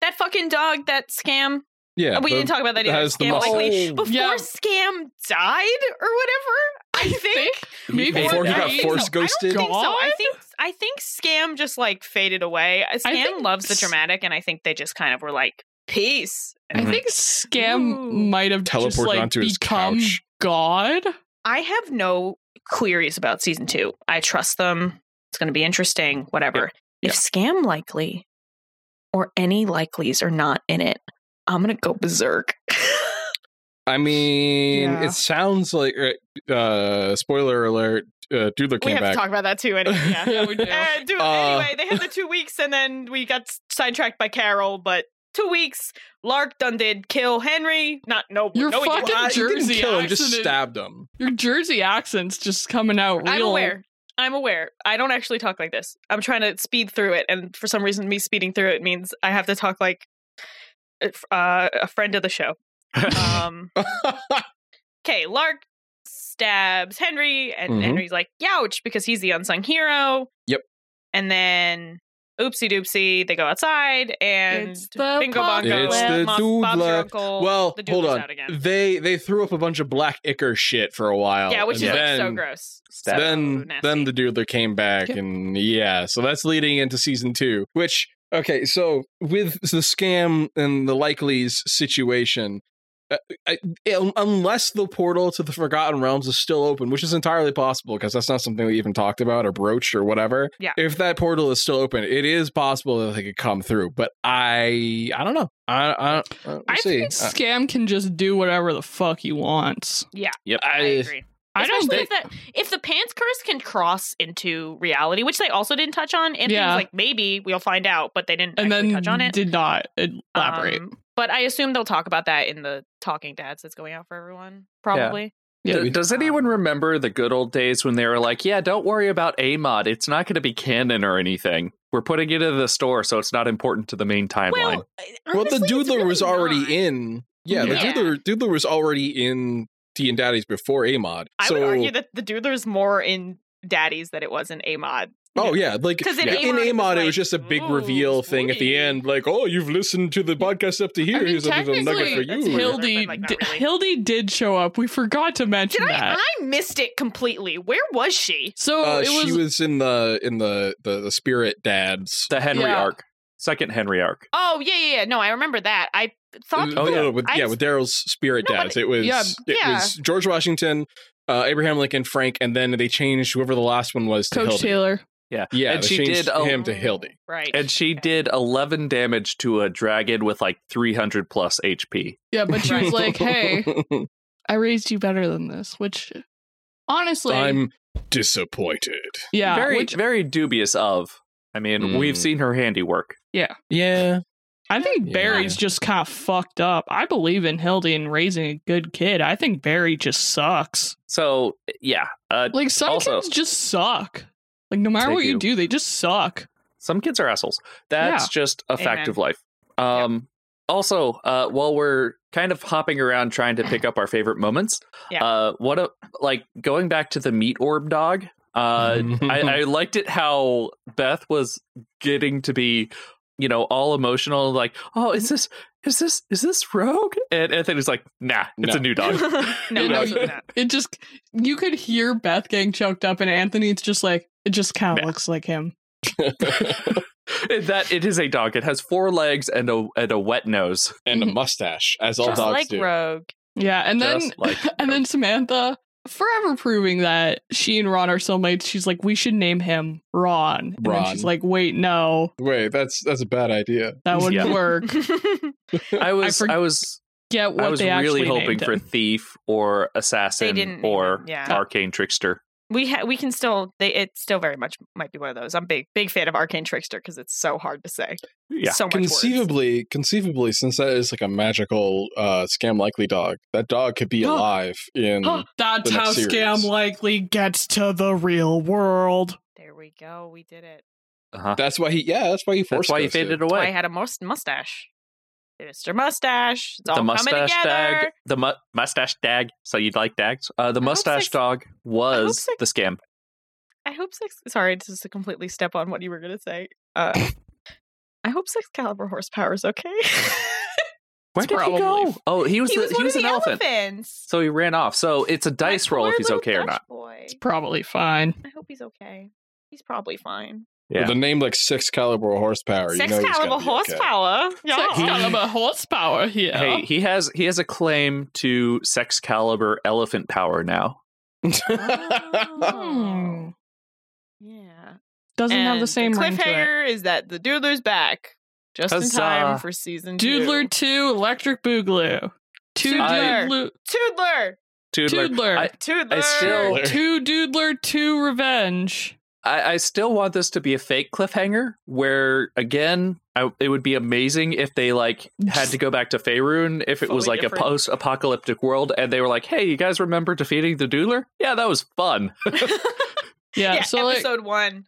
That fucking dog, that scam, yeah. we the- didn't talk about that either. has the Scam muscle. likely Oh, before yeah. Scam died or whatever. I think. Maybe hated before he that. got force I ghosted. think so. I God? think I think Scam just like faded away. Uh, Scam think loves the s- dramatic, and I think they just kind of were like peace. And I Mhm. think Scam Ooh. might have just Mm-hmm. Teleported like onto his become couch. God. I have no queries about season two. I trust them. It's going to be interesting. Whatever. Yeah. If Scam likely or any likelies are not in it, I'm going to go berserk. I mean, Yeah. it sounds like er, uh, spoiler alert. Uh, Doodler we came have back. to talk about that too. Anyway, <laughs> <laughs> yeah. we do. Uh, dude, Uh, anyway, they had the two weeks, and then we got s- sidetracked by Carol. But two weeks, Lark done did kill Henry. Not no, You're no, he did fucking not. Uh, he didn't Jersey kill him, just accident. stabbed him. <laughs> <laughs> Your Jersey accent's just coming out real. I'm aware. I'm aware. I don't actually talk like this. I'm trying to speed through it, and for some reason, me speeding through it means I have to talk like uh, a friend of <laughs> the show. Um, okay, Lark stabs Henry, and Mhm. Henry's like, "Youch!" because he's the unsung hero. Yep. And then, oopsie doopsie, they go outside, and It's the bingo bongo, It's the Mom- Bob's your doodler. uncle. well, the hold doodler's on. out again. They they threw up a bunch of black ichor shit for a while. yeah, which is and like, then, so gross. Stab. then nasty. then the doodler came back Yep. and yeah, so that's leading into season two. Which okay, so with the scam and the likelies situation, uh, I, I- unless the portal to the Forgotten Realms is still open, which is entirely possible because that's not something we even talked about or broached or whatever. Yeah. If that portal is still open, it is possible that they could come through. But I, I don't know. I, I, we'll I see. think Uh, Scam can just do whatever the fuck he wants. Yep. I I- agree. I don't Especially think if that if the pants curse can cross into reality, which they also didn't touch on, and Yeah. like maybe we'll find out, but they didn't and actually then touch on it. did not elaborate. Um, but I assume they'll talk about that in the Talking Dads that's going out for everyone, probably. Yeah, D- we- Does anyone remember the good old days when they were like, yeah, don't worry about AMOD. It's not going to be canon or anything. We're putting it in the store, so it's not important to the main timeline. Well, eh, well, the honestly, it's doodler really was already not. in. Yeah, the Yeah. doodler doodler was already in T and Daddy's before Amod. I so, would argue that the doodler's more in Daddies than it was in Amod. Oh yeah, like 'Cause in yeah. in Amod, it was Amod, it like, was just a big ooh, reveal thing at the spooky. end. Like, oh, you've listened to the podcast up to here. I mean, Here's a little nugget for technically, that's you. Hill- Hildy, But, like, not di- really. Hildy did show up. We forgot to Did mention I? that. I missed it completely. Where was she? so Uh, it was, she was in the in the the, the spirit dads. the Henry Yeah. arc, second Henry arc. Oh yeah, yeah, yeah. No, I remember that. I thought. oh Oh, yeah, yeah. with, I- yeah, with Daryl's spirit No, but- dads. It was Yeah, it yeah. was George Washington, uh, Abraham Lincoln, Frank, and then they changed whoever the last one was to Coach Hildy. Taylor. Yeah. Yeah, and they she changed did a, him to Hildy. Mm, Right. and <laughs> she did 11 damage to a dragon with like 300 plus HP. Yeah, <laughs> but she Right. was <laughs> like, "Hey, I raised you better than this," which honestly, I'm disappointed. yeah, very which very dubious of. I mean, Mm. we've seen her handiwork. Yeah, I think Yeah. Barry's just kind of fucked up. I believe in Hildy and raising a good kid. I think Barry just sucks. So, yeah, uh, Like some Also- kids just suck. Like no matter They what you do. do, they just suck. some kids are assholes. That's just a fact Amen. of life. Um, Also, uh, while we're kind of hopping around trying to pick up our favorite moments, <laughs> Yeah. uh, what a, like going back to the meat orb dog. Uh, <laughs> I, I Mm-hmm. liked it how Beth was getting to be, you know, all emotional, like, oh, is Mm-hmm. this is this is this Rogue? And Anthony's like, nah, it's No. a new dog. <laughs> no, no, You know, she did not. It just you could hear Beth getting choked up, and Anthony's just like it just kind of Yeah. looks like him. that it is a dog. It has four legs and a and a wet nose. and a mustache, as all Just dogs like do. Rogue. <laughs> Yeah, and then Just like <laughs> and then Samantha forever proving that she and Ron are soulmates. She's like, we should name him Ron. And then Ron. she's like, wait, no, Wait, that's that's a bad idea. that wouldn't Yeah. work. <laughs> I was I, forg- was Get what I was they really actually hoping named for him. thief or assassin They didn't name or him, yeah. arcane trickster. we ha- we can still they it still very much might be one of those. I'm big big fan of Arcane Trickster because it's so hard to say. Yeah. so much words. conceivably conceivably since that is like a magical uh scam likely dog that dog could be <gasps> Huh. alive in <gasps> That's the how next series. scam likely gets to the real world. There we go. We did it. Uh-huh. that's why he yeah that's why he That's forced why he us to. faded Why I away. had a must- mustache. Mr. Mustache. It's all The coming mustache together. dag, the mu- mustache dag. So you'd like dags? Uh, the hope mustache six- dog was six- the scam. I hope six. Sorry, this is to completely step on what you were going to say. <coughs> Uh, I hope six caliber horsepower is okay. Where did probably- he go? Oh, he was <laughs> he the, was he one was of an the elephant. elephants. So he ran off. So it's a dice My roll if poor he's little okay or Dutch not. Boy. Probably fine. I hope he's okay. He's probably fine. Yeah. with a name like six caliber horsepower you Six know he's gotta be caliber okay. horsepower. Yeah. Sex <laughs> caliber horsepower here. Hey, he has he has a claim to sex caliber elephant power now. <laughs> Hmm. Oh. Yeah. Doesn't have the And same ring to it. cliffhanger is that the Doodler's back just in time Huzzah. for season Doodler two. two, Electric Boogaloo. Two I- Doodler, Toodler, Doodler. Doodler. I, Toodler. I still two Doodler, two Revenge. I, I still want this to be a fake cliffhanger where again I, it would be amazing if they like had to go back to Faerun if it was Fully like different. a post apocalyptic world and they were like, Hey, you guys remember defeating the Doodler? Yeah, that was fun. Yeah, <laughs> yeah, so like, episode one.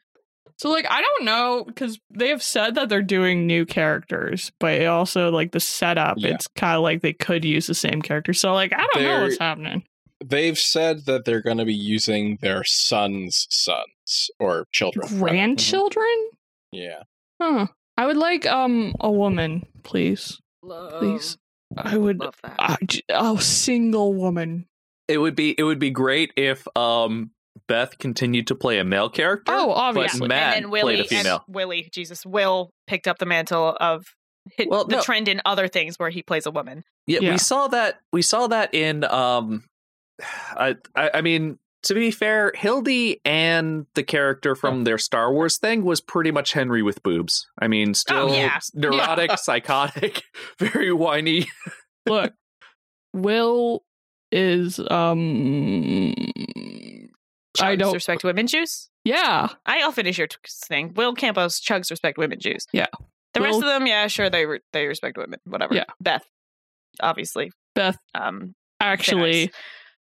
so like, I don't know because they have said that they're doing new characters, but it also like the setup, Yeah. it's kind of like they could use the same character. So like, I don't know They're- what's happening. <laughs> they've said that they're going to be using their son's sons or children rather. Grandchildren? yeah Huh. I would like um a woman, please. Please. I would. love that. Uh, j- oh, single woman. it would be it would be great if um Beth continued to play a male character. Oh, but obviously. Matt <laughs> and then Willie played a female. And Willie, Jesus, Will picked up the mantle of hit Well, the no. trend in other things where he plays a woman. Yeah, Yeah. we saw that. We saw that in. Um, I, I, I mean, to be fair, Hildy and the character from their Star Wars thing was pretty much Henry with boobs. I Oh, mean, still yeah. <laughs> neurotic, psychotic, <laughs> very whiny. Look, Will is um I Chugs don't- respect women juice. yeah. I, I'll finish your t- thing. Will Campos chugs respect women Jews. Yeah. The rest Will- of them, yeah, sure, they re- they respect women. Whatever. Yeah. Beth, obviously. Beth Um. <laughs> actually Very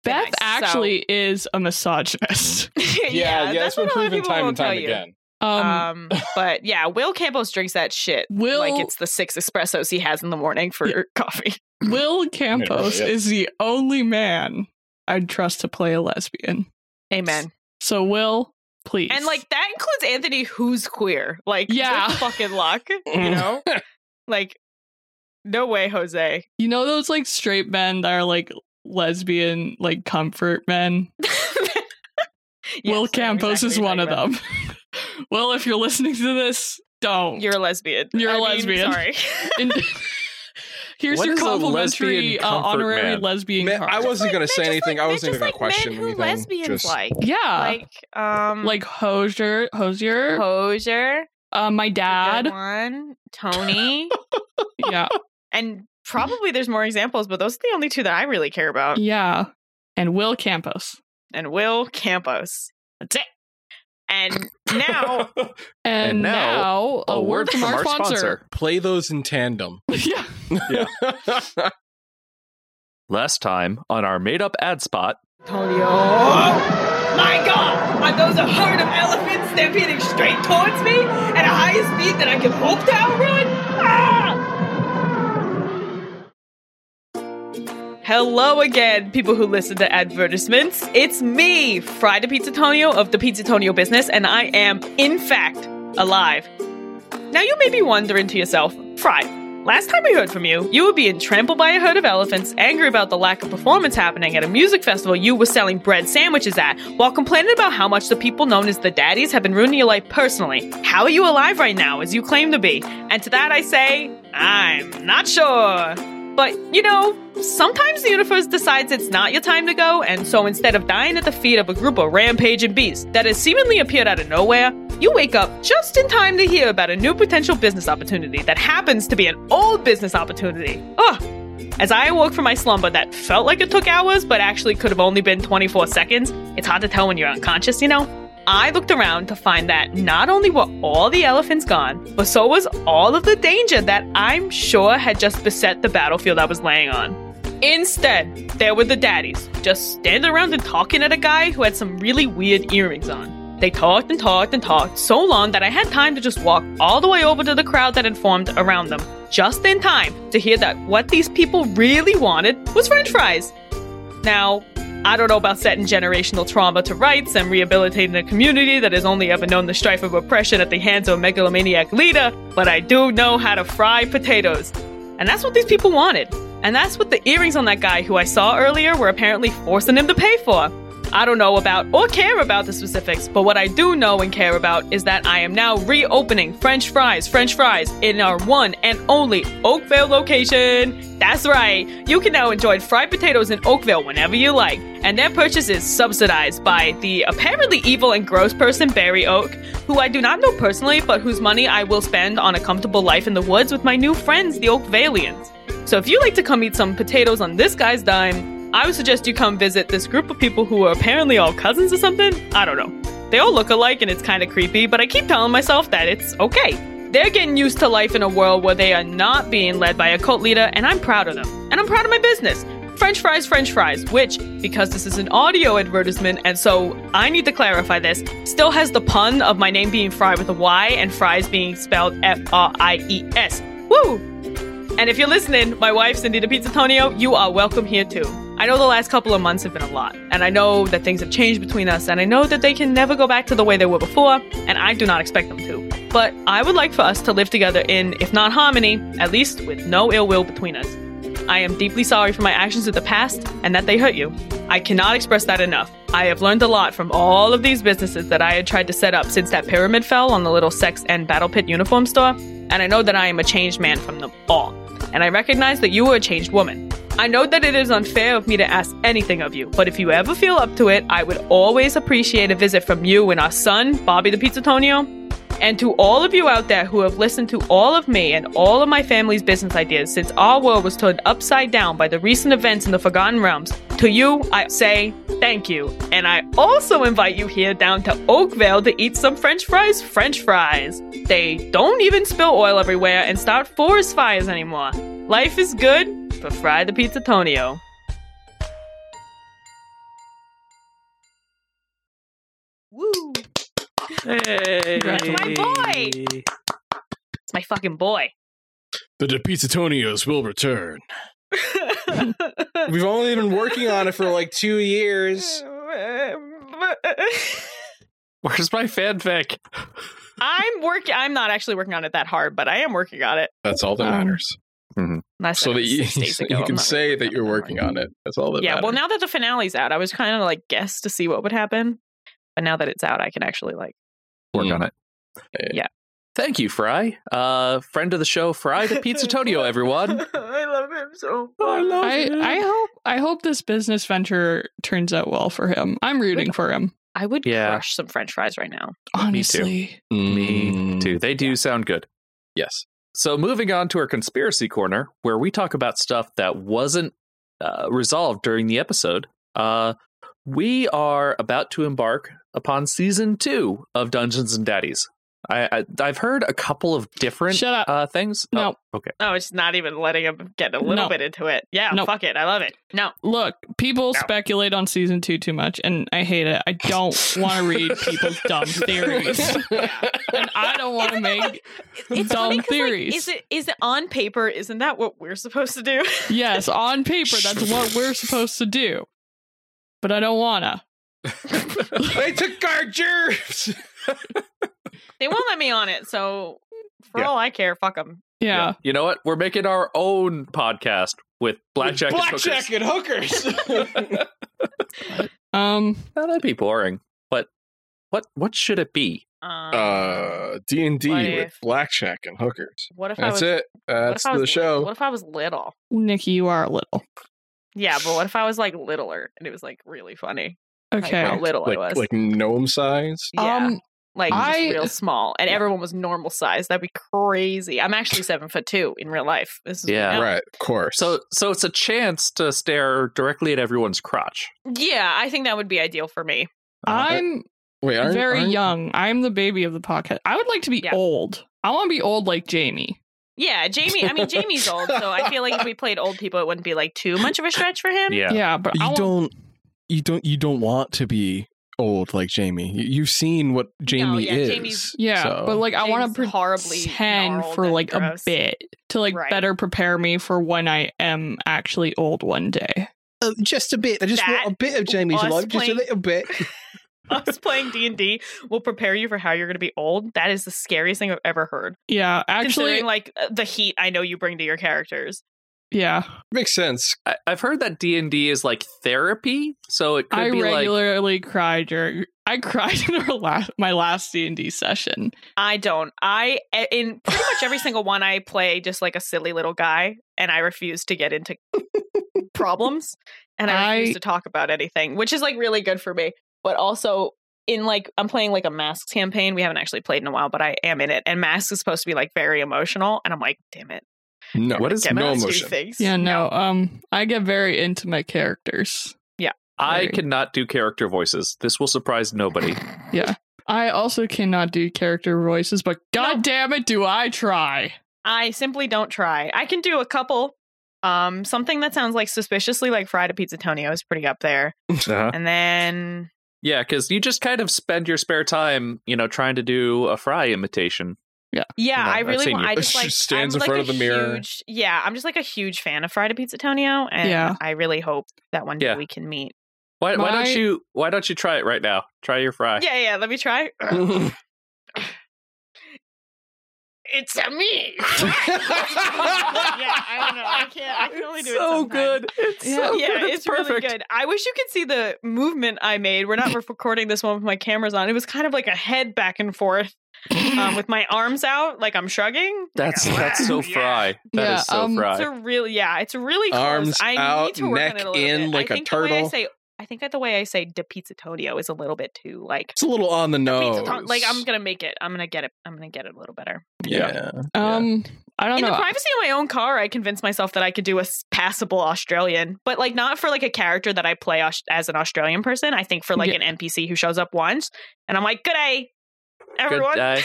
Beth nice. So- actually is a misogynist. yeah, yeah, that's been what a lot of proven people time will and tell time you. again. <laughs> Um, Um, but yeah, Will Campos drinks that shit Will like it's the six espressos he has in the morning for <laughs> coffee. Will Campos Yeah, yeah. is the only man I'd trust to play a lesbian. Amen. So Will, please. And like that includes Anthony, who's queer. Like, Yeah. Mm-hmm. good fucking luck. <laughs> You Mm. know, <laughs> like, no way, Jose. you know those like straight men that are like lesbian like comfort men? Yes, I know Will Campos exactly is what one you're of talking them. <laughs> Will, if you're listening to this, don't. about. <laughs> You're a lesbian. You're a a lesbian. Sorry. <laughs> <laughs> And- Here's What your is a complimentary lesbian uh, comfort honorary man? lesbian Man, card. I wasn't Like, gonna men say just anything. like- I men wasn't just even like gonna question men who anything. lesbians Just- like. yeah, Like, um, like, Hosier, Hosier, Hosier, uh, my Dad, dad. one, <laughs> Tony, <laughs> yeah, and probably there's more examples, but those are the only two that I really care about. yeah, and Will Campos. And Will Campos. That's it. And <laughs> now And, And now, a, word from, our sponsor. play those in tandem. <laughs> yeah, Last time on our made-up ad spot, Antonio! My god! Are those a herd of elephants stampeding straight towards me at a higher speed than I can hope to outrun? Ah! Ah! Hello again, people who listen to advertisements. It's me, Fry the Pizzatonio of the Pizzatonio business, and I am, in fact, alive. Now you may be wondering to yourself, Fry, last time we heard from you, you were being trampled by a herd of elephants, angry about the lack of performance happening at a music festival you were selling bread sandwiches at, while complaining about how much the people known as the daddies have been ruining your life personally. How are you alive right now, as you claim to be? And to that I say, I'm not sure. But, you know, sometimes the universe decides it's not your time to go, and so instead of dying at the feet of a group of rampaging beasts that has seemingly appeared out of nowhere, you wake up just in time to hear about a new potential business opportunity that happens to be an old business opportunity. Ugh! As I awoke from my slumber that felt like it took hours, but actually could have only been 24 seconds, it's hard to tell when you're unconscious, you know? I looked around to find that not only were all the elephants gone, but so was all of the danger that I'm sure had just beset the battlefield I was laying on. Instead, there were the daddies, just standing around and talking at a guy who had some really weird earrings on. They talked and talked and talked so long that I had time to just walk all the way over to the crowd that had formed around them, just in time to hear that what these people really wanted was french fries. Now, I don't know about setting generational trauma to rights and rehabilitating a community that has only ever known the strife of oppression at the hands of a megalomaniac leader, but I do know how to fry potatoes. And that's what these people wanted. And that's what the earrings on that guy who I saw earlier were apparently forcing him to pay for. I don't know about or care about the specifics, but what I do know and care about is that I am now reopening French Fries, French Fries in our one and only Oakvale location. That's right, you can now enjoy fried potatoes in Oakvale whenever you like, and their purchase is subsidized by the apparently evil and gross person Barry Oak, who I do not know personally, but whose money I will spend on a comfortable life in the woods with my new friends, the Oakvalians. So if you like to come eat some potatoes on this guy's dime, I would suggest you come visit this group of people who are apparently all cousins or something. I don't know. They all look alike and it's kind of creepy, but I keep telling myself that it's okay. They're getting used to life in a world where they are not being led by a cult leader, and I'm proud of them. And I'm proud of my business. French fries, French fries, which, because this is an audio advertisement, and so I need to clarify this, still has the pun of my name being Fry with a Y and fries being spelled F R I E S. Woo! And if you're listening, my wife, Cindy De Pizzatonio, you are welcome here too. I know the last couple of months have been a lot, and I know that things have changed between us, and I know that they can never go back to the way they were before, and I do not expect them to. But I would like for us to live together in, if not harmony, at least with no ill will between us. I am deeply sorry for my actions of the past and that they hurt you. I cannot express that enough. I have learned a lot from all of these businesses that I had tried to set up since that pyramid fell on the little sex and battle pit uniform store, and I know that I am a changed man from them all, and I recognize that you are a changed woman. I know that it is unfair of me to ask anything of you, but if you ever feel up to it, I would always appreciate a visit from you and our son, Bobby the Pizzatonio. And to all of you out there who have listened to all of me and all of my family's business ideas since our world was turned upside down by the recent events in the Forgotten Realms, to you I say thank you. And I also invite you here down to Oakvale to eat some French fries, French fries. They don't even spill oil everywhere and start forest fires anymore. Life is good, but fry the pizza Tonio. Woo! Hey. That's my boy. It's my fucking boy. <laughs> <laughs> The DePizzatonios will return. We've only been working on it for like two <laughs> years. Where's my fanfic? I'm work. I'm not actually working on it that hard, but I am working on it. That's all that Um, matters. Last So night that was you, <laughs> six days so ago. you I'm can not say that you're that working on it. That's all that Yeah. matters. Well, now that the finale's out, I was kind of like guess to see what would happen, but now that it's out, I can actually like. Work Mm. on it. Hmm. Yeah. Thank you, Fry. Uh, friend of the show, Fry the Pizzatonio, <laughs> everyone. I love him so. I Oh, love I, it. I hope I hope this business venture turns out well for him. I'm rooting for him. I would Yeah. crush some French fries right now. Me too. Honestly. Me Mm, too. They do sound good. <laughs> Yes. So, moving on to our conspiracy corner, where we talk about stuff that wasn't uh, resolved during the episode. Uh, we are about to embark upon season two of Dungeons and Daddies. I, I I've heard a couple of different Shut up. uh, things. Oh, No. okay. No, it's not even letting him get a little No. bit into it. Yeah, No. fuck it. I love it. No. Look, people No. speculate on season two too much, and I hate it. I don't want to read people's <laughs> <laughs> dumb theories. And I don't want to Isn't it make like- <laughs> It's dumb funny 'cause, like, theories. is it is it on paper? Isn't that what we're supposed to do? <laughs> yes, on paper, that's what we're supposed to do. But I don't wanna. they took our germs. they won't let me on it, so for Yeah. all I care, fuck them. Yeah. You know what? We're making our own podcast with blackjack. and hookers. Blackjack and hookers. <laughs> Um Now, that'd be boring. But what what should it be? Um, <laughs> uh, D and D What with if- blackjack and hookers. what if I was, That's what it. if That's I was the li- show. What if I was little? Nikki, you are little. Yeah, but what if I was like littler and it was like really funny? Okay. Like how little like I was. like gnome size. yeah. Um like just I- real small. And everyone was normal size. That'd be crazy. I'm actually seven foot two in real life. This is Yeah. Right, of course. So so it's a chance to stare directly at everyone's crotch. Yeah, I think that would be ideal for me. I'm wait, aren't, very aren't- young. I'm the baby of the podcast. I would like to be Yeah. old. I wanna be old like Jamie. Yeah, Jamie. I mean, Jamie's old, so I feel like if <laughs> we played old people, it wouldn't be like too much of a stretch for him. Yeah, but I You want don't. You don't. You don't want to be old like Jamie. You, you've seen what Jamie yeah, is. Jamie's- Yeah, so- but like I want James to is horribly pretend gnarled for and like gross. a bit to like Right. better prepare me for when I am actually old one day. Uh, just a bit. I just That want a bit of Jamie's us life, just a playing- little bit. <laughs> <laughs> Us playing D and D will prepare you for how you're going to be old. That is the scariest thing I've ever heard. Yeah, actually, Considering like uh, the heat I know you bring to your characters. yeah. Makes sense. I, I've heard that D and D is like therapy, so it could I be like regularly cry during. I <laughs> cried in our last my last D and D session. I don't. I in pretty much every single one I play just like a silly little guy, and I refuse to get into problems, and I, I- refuse to talk about anything, which is like really good for me. But also in like I'm playing like a masks campaign. We haven't actually played in a while, but I am in it, and masks is supposed to be like very emotional, and I'm like, damn it, No. What is get no Max do emotion? things. Yeah, no. Um, I get very into my characters. I cannot do character voices. This will surprise <laughs> nobody. I also cannot do character voices, but god damn it, do I try? I simply don't try. I can do a couple. Um, something that sounds like suspiciously like fried pizza Tonio is pretty up there, Uh-huh. and then Yeah, because you just kind of spend your spare time, you know, trying to do a fry imitation. Yeah, You know, I I've really seen <laughs> want. you. I just She like stands I'm in front like of the a mirror. Huge, yeah, I'm just like a huge fan of Fried Pizza Tonio, and Yeah. I really hope that one day Yeah. we can meet. Why, why My- don't you Why don't you try it right now? Try your fry. Yeah, yeah. Let me try. It's <laughs> a me. <laughs> yeah, I don't know. I can't. I can only do it. so sometimes. good. It's Yeah. so Yeah, good. it's, really perfect. good. I wish you could see the <laughs> movement I made. We're not recording this one with my cameras on. It was kind of like a head back and forth. <laughs> um, with my arms out, like I'm shrugging. That's that's <laughs> so fry. That is Yeah, so um, fry. It's a really yeah, it's really close. Arms I out, need to work neck on it a little in bit. like I a think the way I turtle. say I think that the way I say de pizzatonio is a little bit too like <laughs> It's a little on the nose. pizzaton- like I'm gonna make it. I'm gonna get it. I'm gonna get it a little better. yeah. Um, I don't In the know. privacy of my own car, I convinced myself that I could do a s- passable Australian, but like not for like a character that I play Aus- as an Australian person. I think for like Yeah. an NPC who shows up once, and I'm like, "Good day, everyone." day.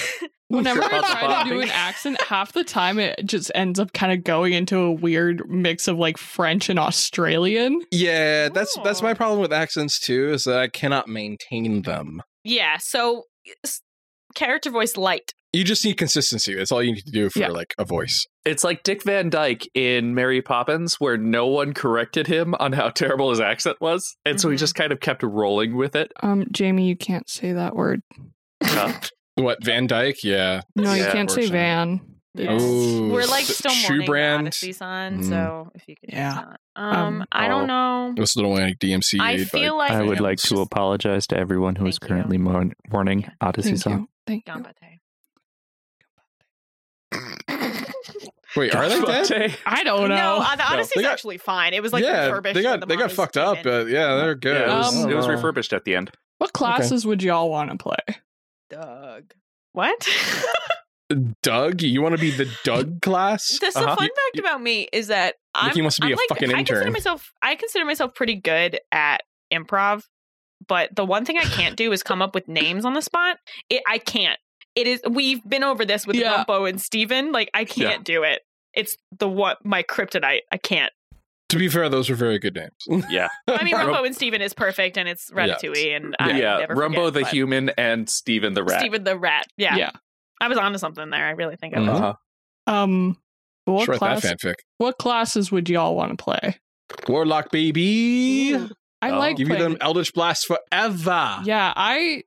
Whenever I Sure, that's try to do fine. an accent, half the time it just ends up kind of going into a weird mix of like French and Australian. Yeah, that's that's my Oh. problem with accents too, is that I cannot maintain them. Yeah, so s- character voice light. You just need consistency. That's all you need to do for Yeah. like a voice. It's like Dick Van Dyke in Mary Poppins, where no one corrected him on how terrible his accent was, and so he Mhm. just kind of kept rolling with <laughs> it. Um, Jamie, you can't say that word. Uh-huh. Uh, What Van Dyke? Yeah. No, Yeah, you can't say unfortunately. van. They don't- Ooh, We're like s- still shoe mourning brand. the Odyssey son, Mm. so if you could, Yeah. yeah. Um, Um, I don't know. This little like DMC. I feel like I would like to apologize to everyone who is Thank you. currently mourning Thank you. Thank <coughs> you. Gambate. Wait, <laughs> are they dead? I don't no, know. uh, the No, Odyssey's Oh, they got- actually fine. It was like yeah, refurbished. they when the got they got models fucked came up, in. but yeah, they're good. Yeah, it was, Um, it was refurbished at the end. what classes would y'all want to play? Doug. What? <laughs> Doug, you want to be the Doug class? That's the Uh-huh. fun fact about me is that I'm. Mickey wants to be I'm a like, fucking I consider intern. myself. I consider myself pretty good at improv, but the one thing I can't do is come up with names on the spot. It, I can't. It is. We've been over this with Yeah. Rumpo and Steven. Like I can't do it. It's the what my kryptonite. I can't. To be fair, those were very good names. Yeah. I mean, <laughs> Rumpo and Steven is perfect, and it's Yeah. Ratatouille, and I yeah, never Rumbo forget, the but- human and Steven the rat. Steven the rat. Yeah. Yeah. I was onto something there. I really think I Mhm. was. Uh-huh. Um, but what Should write class? that fanfic. What classes would y'all want to play? Warlock baby. I Oh. like Give you playing- them ah. Eldritch Blast forever. Yeah, I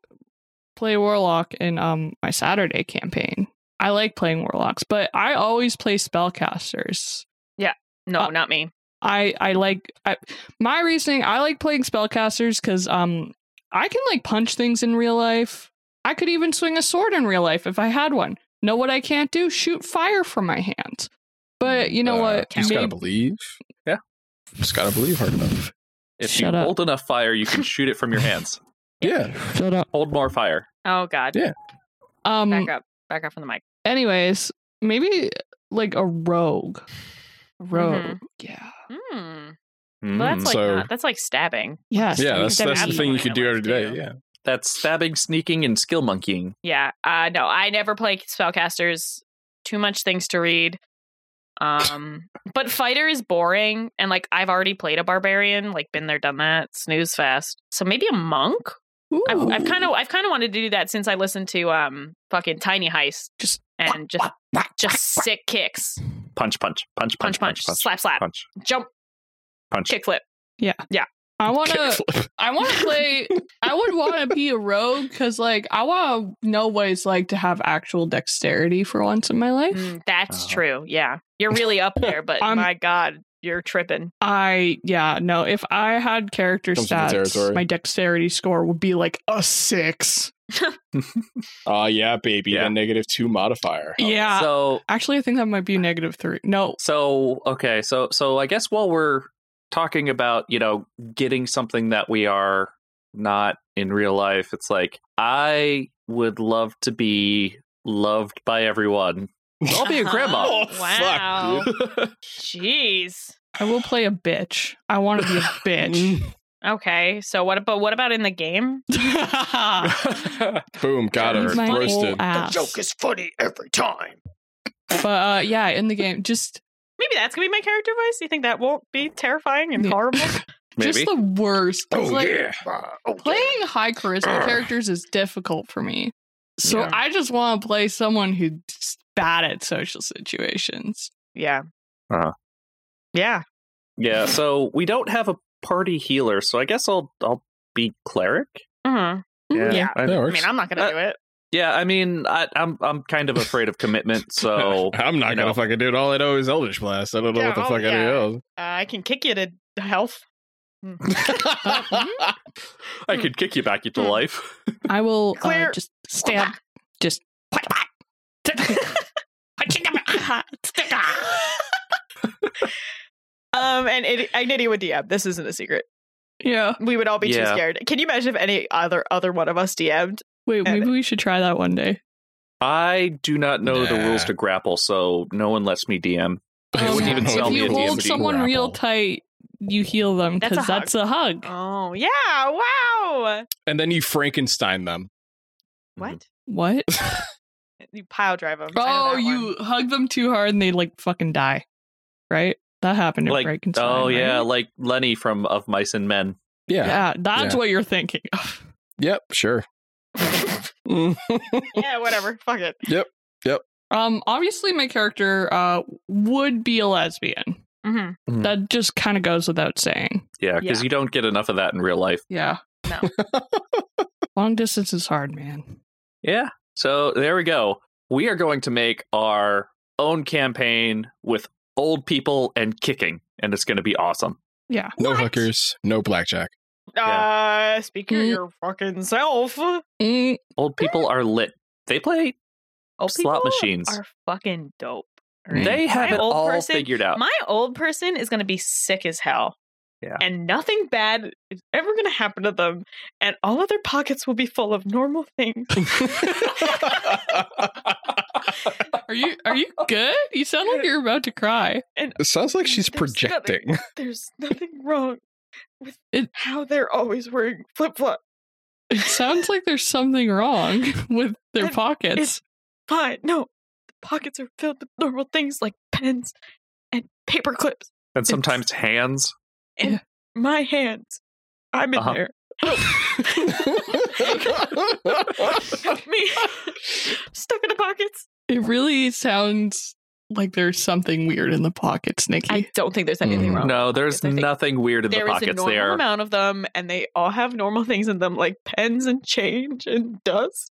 play Warlock in um my Saturday campaign. I like playing Warlocks, but I always play spellcasters. No, Uh, not me. I I like I, my reasoning. I like playing spellcasters because um I can like punch things in real life. I could even swing a sword in real life if I had one. Know what I can't do? Shoot fire from my hand. But you know Uh, what? You just gotta Maybe- believe. Yeah. Just gotta believe hard enough. If Shut you up. hold enough fire, you <laughs> can shoot it from your hands. Yeah. Shut up. Hold more fire. Oh God. Yeah. Um. Back up. Back up from the mic. Anyways, maybe like a rogue. Rogue. Mm-hmm. Yeah. Mm. Mm. Well, that's like so- not- that's like stabbing. Yes. Yeah, that's can that's the definitely thing you do could it do every like day. too. Yeah. That's stabbing, sneaking, and skill monkeying. Yeah. Uh, no, I never play spellcasters. Too much things to read. Um, but fighter is boring, and like I've already played a barbarian. Like been there, done that. Snooze fast. So maybe a monk. I've, I've kind of I've kind of wanted to do that since I listened to um fucking Tiny Heist. Just- and just just sick kicks. Punch, punch, punch, Punch, punch, punch, punch, slap, slap, punch, jump, punch. kickflip. I want <laughs> to. Kickflip. I want to play. I would want to be a rogue because, like, I want to know what it's like to have actual dexterity for once in my life. Mm, that's Uh-huh. true. Yeah, you're really up there, but I'm- my god, you're tripping. I, yeah, no. If I had character Comes with the stats, territory. my dexterity score would be like a six. Oh yeah, baby. Yeah. The negative two <laughs> modifier. Ah. yeah. So, Actually, I think that might be negative three. No. so okay, so so I guess while we're talking about you know getting something that we are not in real life, it's like I would love to be loved by everyone. I'll <laughs> be a grandma. <laughs> <laughs> Oh, fuck, Wow. <laughs> dude. Jeez. I will play a bitch. I want to <laughs> be a bitch. <laughs> Okay. So what? But what about in the game? Boom, got her Leave my whole roasted. ass. is funny every time. But uh, yeah, in the game, just Maybe that's gonna be my character voice. You think that won't be terrifying and <laughs> Yeah. horrible? Maybe just the worst. Oh, 'Cause, like, Uh, oh, yeah. playing high charisma Ugh. characters is difficult for me. So Yeah. I just want to play someone who's bad at social situations. yeah. Uh-huh. Yeah. yeah. So we don't have a party healer, so I guess I'll I'll be cleric. Mhm. Mm-hmm. Yeah. I- That I works. mean, I'm not gonna Uh, do it. Yeah, I mean, I, I'm I'm kind of afraid of commitment, so I'm not you gonna know. fucking do it. All I know is Eldritch Blast. I don't know Yeah, what the oh, fuck yeah. anything Uh, I can kick you to health. else. Hmm. I could kick you back into life. I will uh, Claire- just stab, just um, and it, Ignity would DM. This isn't a secret. Yeah. We would all be too Yeah. scared. Can you imagine if any other other one of us DM'd? Wait, And- maybe we should try that one day. I do not know the Nah. rules to grapple, so no one lets me DM. They Um, <laughs> wouldn't even if sell if me you a a hold DMG. someone real grapple. tight, you heal them That's a because that's, hug. a hug. Oh yeah! Wow. and then you Frankenstein them. Mm-hmm. What? What? You pile drive them. Oh, you hug them too hard and they like fucking die, right? That happened in Like, Frankenstein. oh right? yeah, like Lenny from Of Mice and Men. yeah, Yeah. that's Yeah. what you're thinking of. Yep. Sure. Mm. <laughs> yeah, whatever. Fuck it. Um, obviously, my character uh would be a lesbian. Mm-hmm. That just kind of goes without saying. Yeah, because Yeah. you don't get enough of that in real life. Yeah. <laughs> No. Long distance is hard, man. Yeah. So there we go. We are going to make our own campaign with old people and kicking, and it's going to be awesome. Yeah. No What? hookers. No blackjack. Uh, speak of Mm-hmm. Mm. your fucking self. Old Mm, Old people are lit. They play. Slot people machines. are fucking dope. Mm. They have My it old all person- figured out. My old person is going to be sick as hell. Oh. Yeah. And nothing bad is ever going to happen to them. And all of their pockets will be full of normal <laughs> <laughs> things. are you are you good? You sound like you're about to cry. It sounds like she's There's nothing- projecting. <laughs> There's nothing wrong with It- how they're always wearing flip flops. It sounds like there's something wrong <laughs> with their It- pockets. Fine. No. The pockets are filled with normal things like pens and paper clips. and <laughs> sometimes hands. My hands. I'm in Uh-huh. there. <laughs> Help <laughs> me. Stuck in the pockets. It really sounds like there's something weird in the pockets, Nikki. I don't think there's anything Mm. wrong. No, with there's pockets. I think nothing weird in There the is pockets. a normal They are amount of them, and they all have normal <laughs> things in them, like pens and change and dust.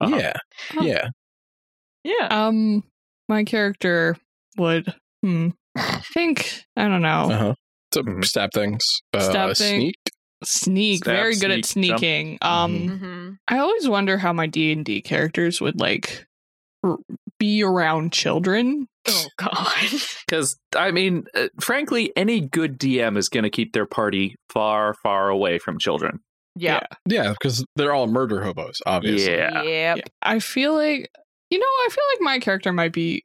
Uh-huh. Yeah. Yeah. Yeah. um, my character would hmm, think I don't know. Uh huh. To Mhm. stab things. Uh, Stab thing- sneak. Sneak, Stab, very good at sneak, jump. sneaking. Um, Mm-hmm. I always wonder how my D and D characters would like r- be around children. Oh God. <laughs> Because, I mean, uh, frankly, any good DM is going to keep their party far, far away from children. yeah. Yeah, because they're all murder hobos, obviously. Yeah. Yep. I feel like you know, I feel like my character might be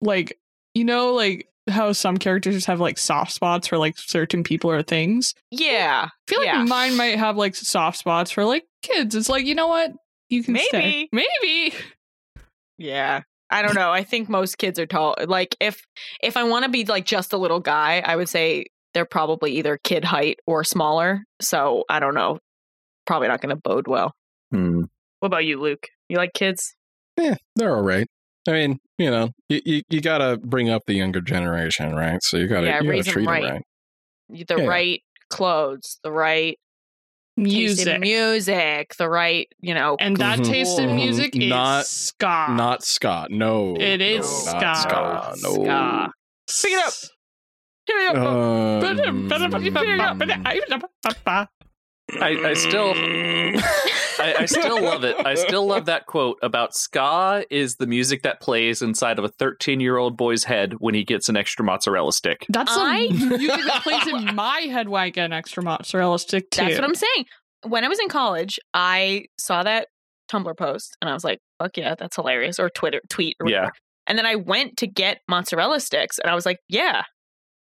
like you know, like how some characters have like soft spots for like certain people or things. Yeah. I feel like Yeah. mine might have like soft spots for like kids. It's like, you know what? You can stay. Maybe. Yeah. I don't know. I think most kids are tall. Like if if I want to be like just a little guy, I would say they're probably either kid height or smaller. So I don't know. Probably not going to bode well. Hmm. What about you, Luke? You like kids? Yeah, Eh, they're all right. I mean, you know, you, you, you gotta bring up the younger generation, right? So you gotta, Yeah, you raise gotta 'em treat right. them right. The Yeah. right clothes, the right taste in Music. music, the right you know and that Mhm. taste in Mhm. music Not- is ska. Not Scott. No, It is no, not Scott. Scott. No. Ska. Pick it up. Um, Um, Mm. <laughs> I, I still. I, I still love it. I still love that quote about ska is the music that plays inside of a 13 year old boy's head when he gets an extra mozzarella stick. That's the I- music that plays in my head when I get an extra mozzarella stick too. That's what I'm saying. When I was in college, I saw that Tumblr post and I was like, fuck yeah, that's hilarious. Or Twitter tweet or whatever. Yeah. And then I went to get mozzarella sticks and I was like, yeah.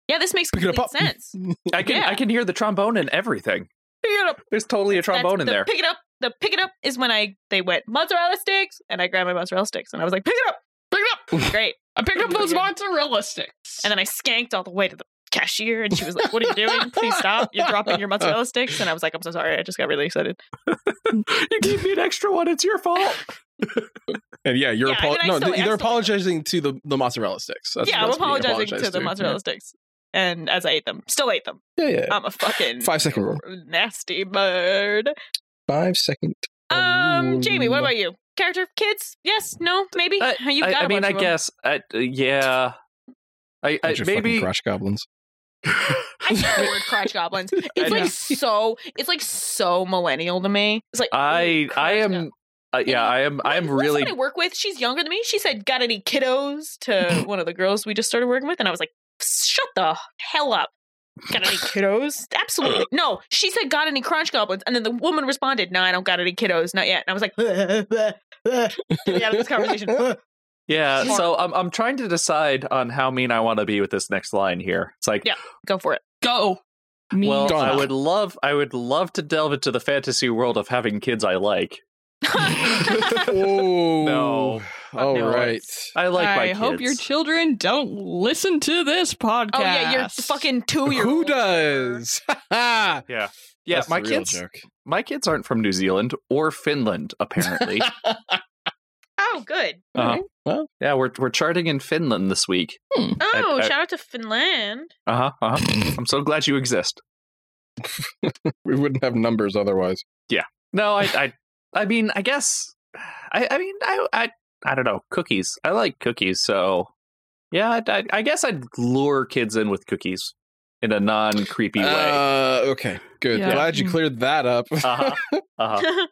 Yeah, this makes Pick it up, complete up. sense. Pick I can Yeah. I can hear the trombone and everything. it up. There's totally a trombone That's- in the there. Pick it up. The pick it up is when I they went mozzarella sticks and I grabbed my mozzarella sticks and I was like, pick it up, pick it up. Great. I picked up those mozzarella sticks. And then I skanked all the way to the cashier and she was like, What are you doing? Please stop. You're dropping your mozzarella sticks. And I was like, I'm so sorry. I just got really excited. you gave me an extra one. It's your fault. And yeah, you're Yeah, apo- and I no, still- th- I you're still- apologizing to the, the mozzarella sticks. That's, yeah, I'm that's what you apologizing apologize to the mozzarella sticks. And as I ate them, still ate them. Yeah, yeah. yeah. I'm a fucking Five second rule. nasty bird. Five second. Um, rule. Jamie, what about you? Character, kids? Yes, no, maybe. Oh. I- <laughs> You've I, got I a mean, bunch I of 'em. guess. I, uh, yeah. I, I Bunch of fucking maybe. crotch goblins. I hate the <laughs> word crotch goblins. It's know. like so. It's like so millennial to me. It's like I ooh, I crotch am gob- Uh, yeah, I am. I am Who- who's really. someone I work with. She's younger than me. She said, "Got any kiddos?" <laughs> to one of the girls we just started working with, and I was like, "Shut the hell up." Got any kiddos? <laughs> Absolutely. No, she said, "Got any crunch goblins?" And then the woman responded, "No, I don't got any kiddos, not yet." And I was like, <laughs> "Get me out of <laughs> this conversation." Oh. Yeah. Smart. So I'm. I'm trying to decide on how mean I want to be with this next line here. It's like. Yeah. Go for it. Go. Me Well, Don't. I would love. I would love to delve into the fantasy world of having kids. I like. <laughs> oh No. All No. right. I like my kids. hope your children don't listen to this podcast. Oh yeah, you're fucking two year. Who does? yeah, Yeah, my kids. <laughs> My kids aren't from New Zealand or Finland. Apparently. <laughs> Oh, good. Uh-huh. Well. yeah, we're we're charting in Finland this week. Oh, I- shout out to Finland. Uh huh. Uh-huh. I'm so glad you exist. We wouldn't have numbers otherwise. No, I, I, I mean, I guess, I, I mean, I, I, I don't know. Cookies. I like cookies, so yeah. I, I, I guess I'd lure kids in with cookies in a non creepy way. Uh, okay, good. Yeah. Glad you Mm. cleared that up. Uh-huh. <laughs> Uh-huh.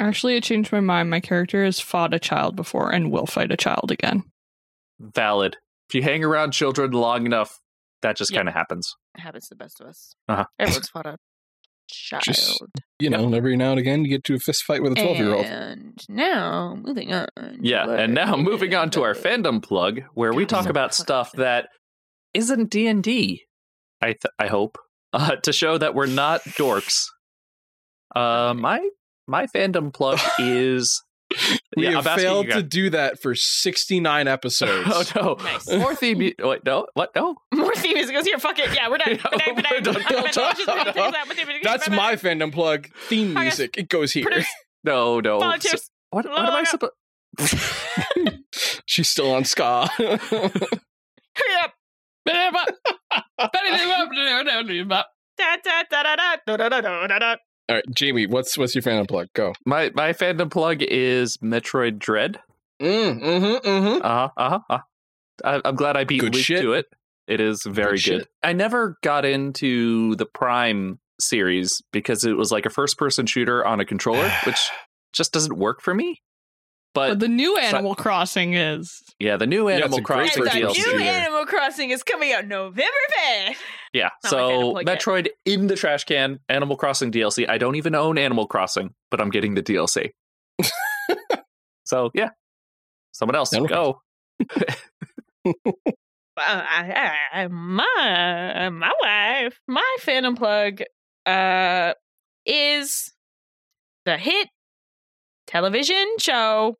Actually, I changed my mind. My character has fought a child before and will fight a child <laughs> again. Valid. If you hang around children long enough, that just Yeah. kind of happens. Happens to the best of us. Uh-huh. <laughs> Everyone's fought a child. Just- <laughs> you know, every now and again, you get to a fist fight with a twelve-year-old. And now moving on. Yeah, and <laughs> now moving on <laughs> to our fandom plug, where we talk about stuff that isn't D and D. I th- I hope <laughs> uh, to show that we're not dorks. Uh, my my fandom <laughs> plug is We Yeah, have I'm asking you failed to <laughs> guys. do that for sixty-nine <laughs> episodes. oh no Nice. <laughs> more theme. mu- Wait, no, what? No, More themes. Goes here. Fuck it. <laughs> Yeah, we're done. Yeah, We're done. We're done. we're done. I'm done. Don't I'm just gonna talk. take that with you. That's Bye-bye. my fandom plug. Theme Hi, guys. music. It goes here. Produce- no, no. So- volunteers. what, what am I supposed? <laughs> She's still on ska. <laughs> Hurry up. Da, da, da, da, da, da, da, da, da, da, da. All right, Jamie, what's what's your fandom plug? Go. My my fandom plug is Metroid Dread. Mm, mm-hmm, mm-hmm. Uh huh. Uh huh. I- I'm glad I beat Good Luke shit. to it. It is very Good good. shit. I never got into the Prime series because it was like a first person shooter on a <sighs> controller, which just doesn't work for me. But, But the new Animal Crossing is. yeah, the new Yeah, it's Animal a great Crossing And first the DLC. new DLC. Animal Crossing is coming out November 5th. Yeah. Not my So fandom plug yet. Metroid in the trash can, Animal Crossing DLC. I don't even own Animal Crossing, but I'm getting the <laughs> DLC. so yeah. Someone else Animal go. Well, I, I, I- my my wife, my phantom plug, uh, is the hit television show.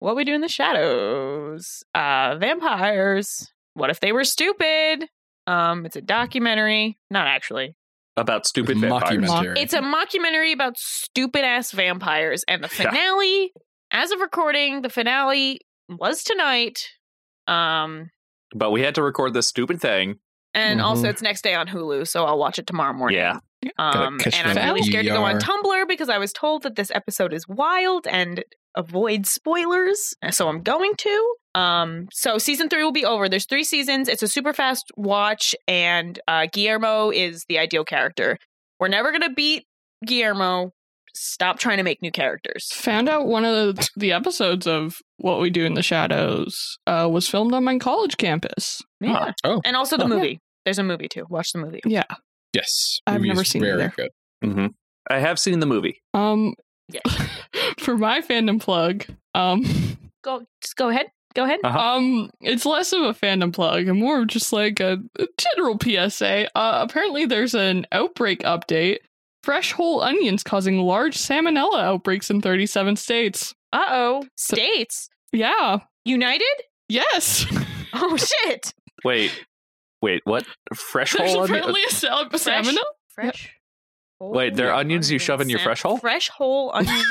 What we do in the shadows? Uh, vampires. What if they were stupid? Um, it's a documentary. Not actually. About stupid vampires. Mockumentary. It's a mockumentary about stupid ass vampires, and the Yeah. finale, as of recording, the finale was tonight. Um, But we had to record this stupid thing. and also Mhm. it's next day on Hulu, so I'll watch it tomorrow morning. Yeah. Um, catch and it I'm on really scared to go on DVR. Tumblr because I was told that this episode is wild and avoid spoilers, so I'm going to. Um, so season three will be over. There's three seasons. It's a super fast watch, and uh, Guillermo is the ideal character. We're never gonna beat Guillermo. Stop trying to make new characters. Found out one of the, the episodes of What We Do in the Shadows uh, was filmed on my college campus. Yeah. Oh. And also the Oh. movie. There's a movie too. Watch the movie. yes. I've Movie never is seen Very either. good. hmm I have seen the movie. Um, Yeah. <laughs> for my fandom plug, um, Go just go ahead. Go ahead. Uh-huh. um, it's less of a fandom plug and more of just like a, a general PSA. Uh, apparently, there's an outbreak update. Fresh whole onions causing large salmonella outbreaks in 37 states. Uh oh. States. Yeah. United? Yes. Oh shit. Wait, wait, what? Fresh <laughs> There's hole onion? apparently a sal- salmonella. Fresh. whole Wait, they're onions you shove in your Sa- fresh hole? Fresh whole <laughs> onion.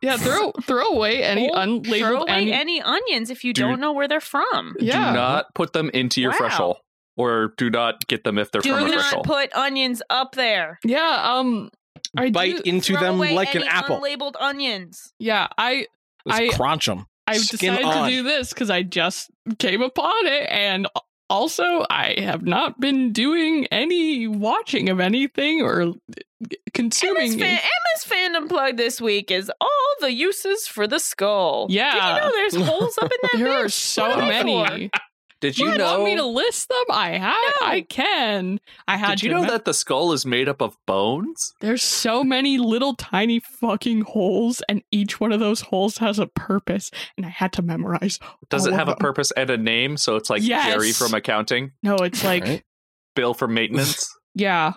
Yeah. Throw throw away any Whole- unlabeled Throw away onion. any onions if you Do- don't know where they're from. yeah. Do not put them into your fresh Wow. hole, or do not get them if they're Do from a fresh not hole. put onions up there. yeah. Um. I Bite do, into Throw them away like an any apple. Unlabeled onions. yeah. I Just I- crunch them. I Skin decided on. to do this because I just came upon it, and Also, I have not been doing any watching of anything or uh, Emma's, consuming. fan- Emma's fandom plug this week is all the uses for the skull. Did you Yeah. know there's holes <laughs> up in that? There bitch? are so What are they many. Did Do you you want know? me to list them? I have. I can. I had. Did you to know me- that the skull is made up of bones? There's so many little tiny fucking holes, and each one of those holes has a purpose, and I had to memorize. Does it all of have a them. purpose and a name? So it's like Oh, Yes. Jerry from accounting, No, it's like, Right. Bill from <laughs> maintenance. yeah,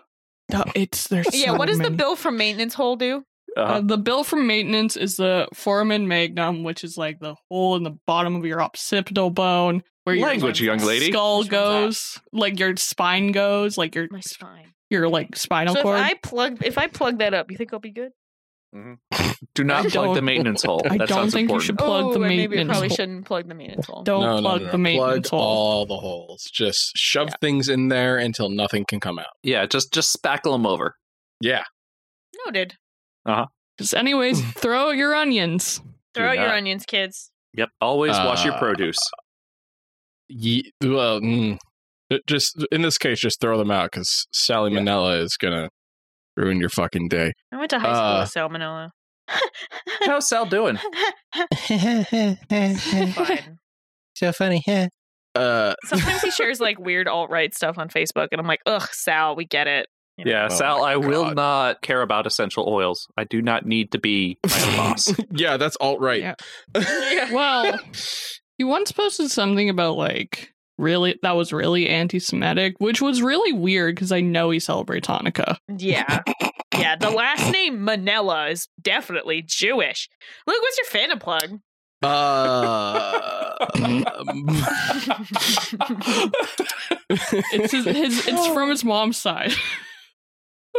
The- it's there's. Yeah, so what does the many. bill for maintenance hole do? Uh-huh. Uh, Uh, the bill from maintenance is the foramen magnum, which is like the hole in the bottom of your occipital bone, where your Language, young lady. skull Which one's that? goes, like your spine goes, like your My spine. your like spinal So if cord. I plug if I plug that up, you think I'll be good? do not I plug the don't- <laughs> maintenance hole. I that don't sounds think you important. should plug oh, the and maybe I maintenance. probably hole. shouldn't plug the maintenance hole. Don't No, no, plug no, no. the maintenance Plug hole. all the holes. Just shove things in there until nothing can come out. Yeah, just just spackle them over. Yeah. Noted. Just anyways, <laughs> throw your onions. <laughs> Do Throw out your not. onions, kids. Yep. Always wash your Uh, produce. Ye- well, mm. It just in this case, just throw them out because Sally Yeah. Manella is gonna ruin your fucking day. I went to high school Uh, with salmonella. <laughs> How's Sal doing? Fine. So funny. Uh, <laughs> Sometimes he shares like weird alt right stuff on Facebook, and I'm like, ugh, Sal, we get it. You know? Yeah, Oh Sal, my I will God. not care about essential oils. I do not need to be my <laughs> own boss. yeah, that's alt right. <laughs> Yeah. Well, you once posted something about like really that was really anti-Semitic, which was really weird because I know he celebrates Hanukkah. Yeah. Yeah. The last name Manella is definitely Jewish. Luke, what's your fandom plug? <laughs> <laughs> Uh, um, <laughs> It's his, <laughs> his it's from his mom's side.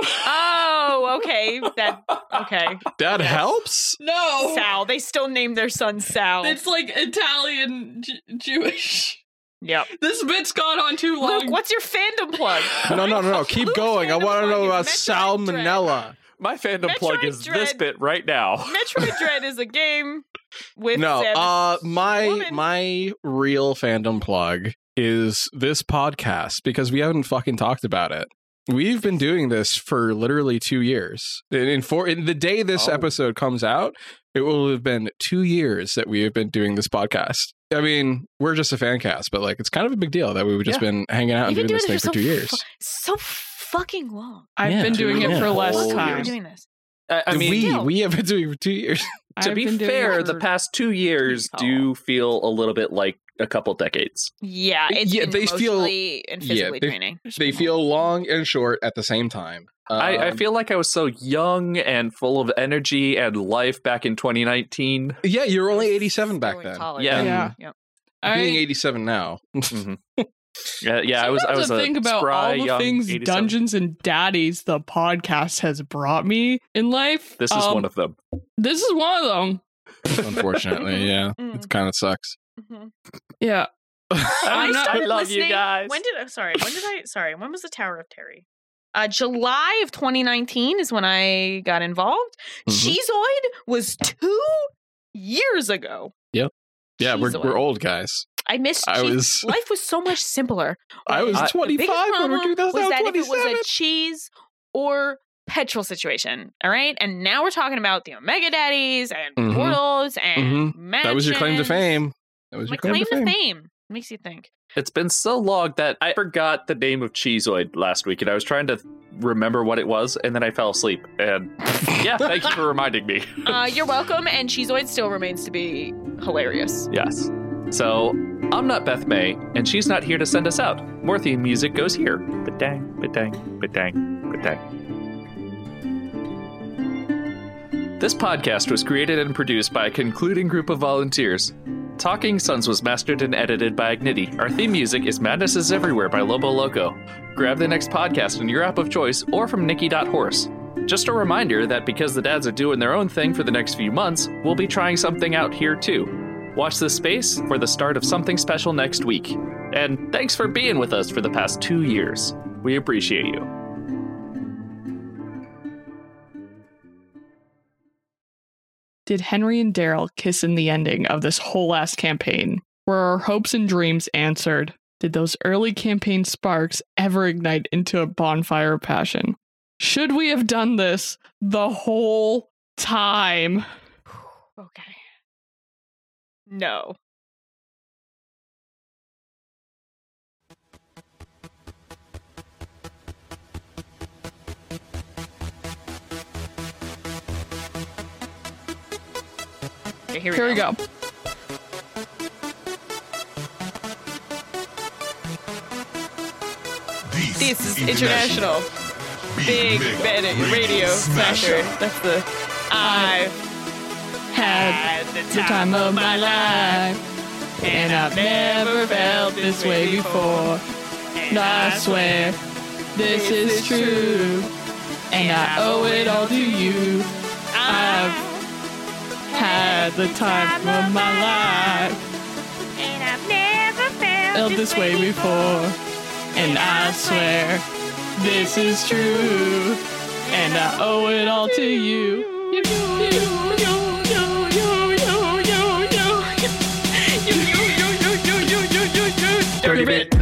Oh, okay. That okay. that helps. <laughs> No, Sal. They still name their son Sal. it's like Italian J- Jewish. <laughs> yep. This bit's gone on too long. Luke, what's your fandom plug? No, no, no, no. Keep Who's going. I random want to know fucking about Metroid Dread? salmonella. my fandom plug Metroid is this Dread. bit right now. Metroid Dread is a game <laughs> with No, savage- uh, my woman. my real fandom plug is this podcast because we haven't fucking talked about it. We've been doing this for literally two years. In, in four, in the day this Oh. episode comes out, it will have been two years that we have been doing this podcast. I mean, we're just a fan cast, but like, it's kind of a big deal that we've just been hanging out and You've doing been this thing for doing it two for years. so so fucking long. I've Yeah. been doing it Yeah. for less Oh, You've time. been doing this. <laughs> I, I mean, we Still. we have been doing it for two years. to I've be been doing it fair, the for- past two years Oh. do feel a little bit like a couple decades. Yeah, it's Yeah, yeah, they they feel- and yeah, physically they- draining. They feel long and short at the same time. I, I Um, feel like I was so young and full of energy and life back in 2019. yeah, you were only Still 87 back in then. college. Yeah. Yeah. Yep. being I, 87 <laughs> now. Yeah, Uh, yeah I was. I sometimes was a think about spry all the young things 87. Dungeons and Daddies the podcast has brought me in life. This is Um, one of them. This is one of them. Unfortunately, yeah, Mm. it kind of sucks. Mhm. <laughs> Yeah. I know, started love listening. you guys. When did? I'm sorry. When did I? Sorry. When was the Tower of Terry? Uh, July of 2019 is when I got involved. Mhm. Cheezoid was two years ago. Yeah, we're, Jeez, we're Zoe. old guys. I missed. I cheese- was <laughs> Life was so much simpler. Uh, I was I- the The 25 biggest when problem we do this. was now that if it 27. was a cheese or petrol situation. All right, and now we're talking about the Omega Daddies and Mhm. portals and Mm-hmm. that was your claim to fame. mansions. That was My your claim claim, to fame makes you think. It's been so long that I forgot the name of Cheezoid last week, and I was trying to remember what it was, and then I fell asleep. And yeah, thank you <laughs> for reminding me. Uh, you're welcome, and Cheezoid still remains to be hilarious. Yes. So I'm not Beth May, and she's not here to send us out. More theme music goes here. But dang, but dang, but dang, but dang. This podcast was created and produced by a concluding group of volunteers. Talking Sons was mastered and edited by Ignity. Our theme music is Madness is Everywhere by Lobo Loco. Grab the next podcast in your app of choice or from Nikki.horse. Just a reminder that because the dads are doing their own thing for the next few months, we'll be trying something out here too. Watch this space for the start of something special next week. And thanks for being with us for the past two years. We appreciate you. Did Henry and Daryl kiss in the ending of this whole last campaign? Were our hopes and dreams answered? Did those early campaign sparks ever ignite into a bonfire of passion? Should we have done this the whole time? Okay. No. Okay, here we Here go. we go. This is international. Big Bad Radio Smasher. That's the I've Had had the time, the time of my life, and I've never felt this way before. and And I swear this is true, and I owe it all to you. I've had the time of my life, And I've never felt felt this way before, and I swear this is true, and I owe it all to you. <laughs> Dirty bit. <laughs> <laughs>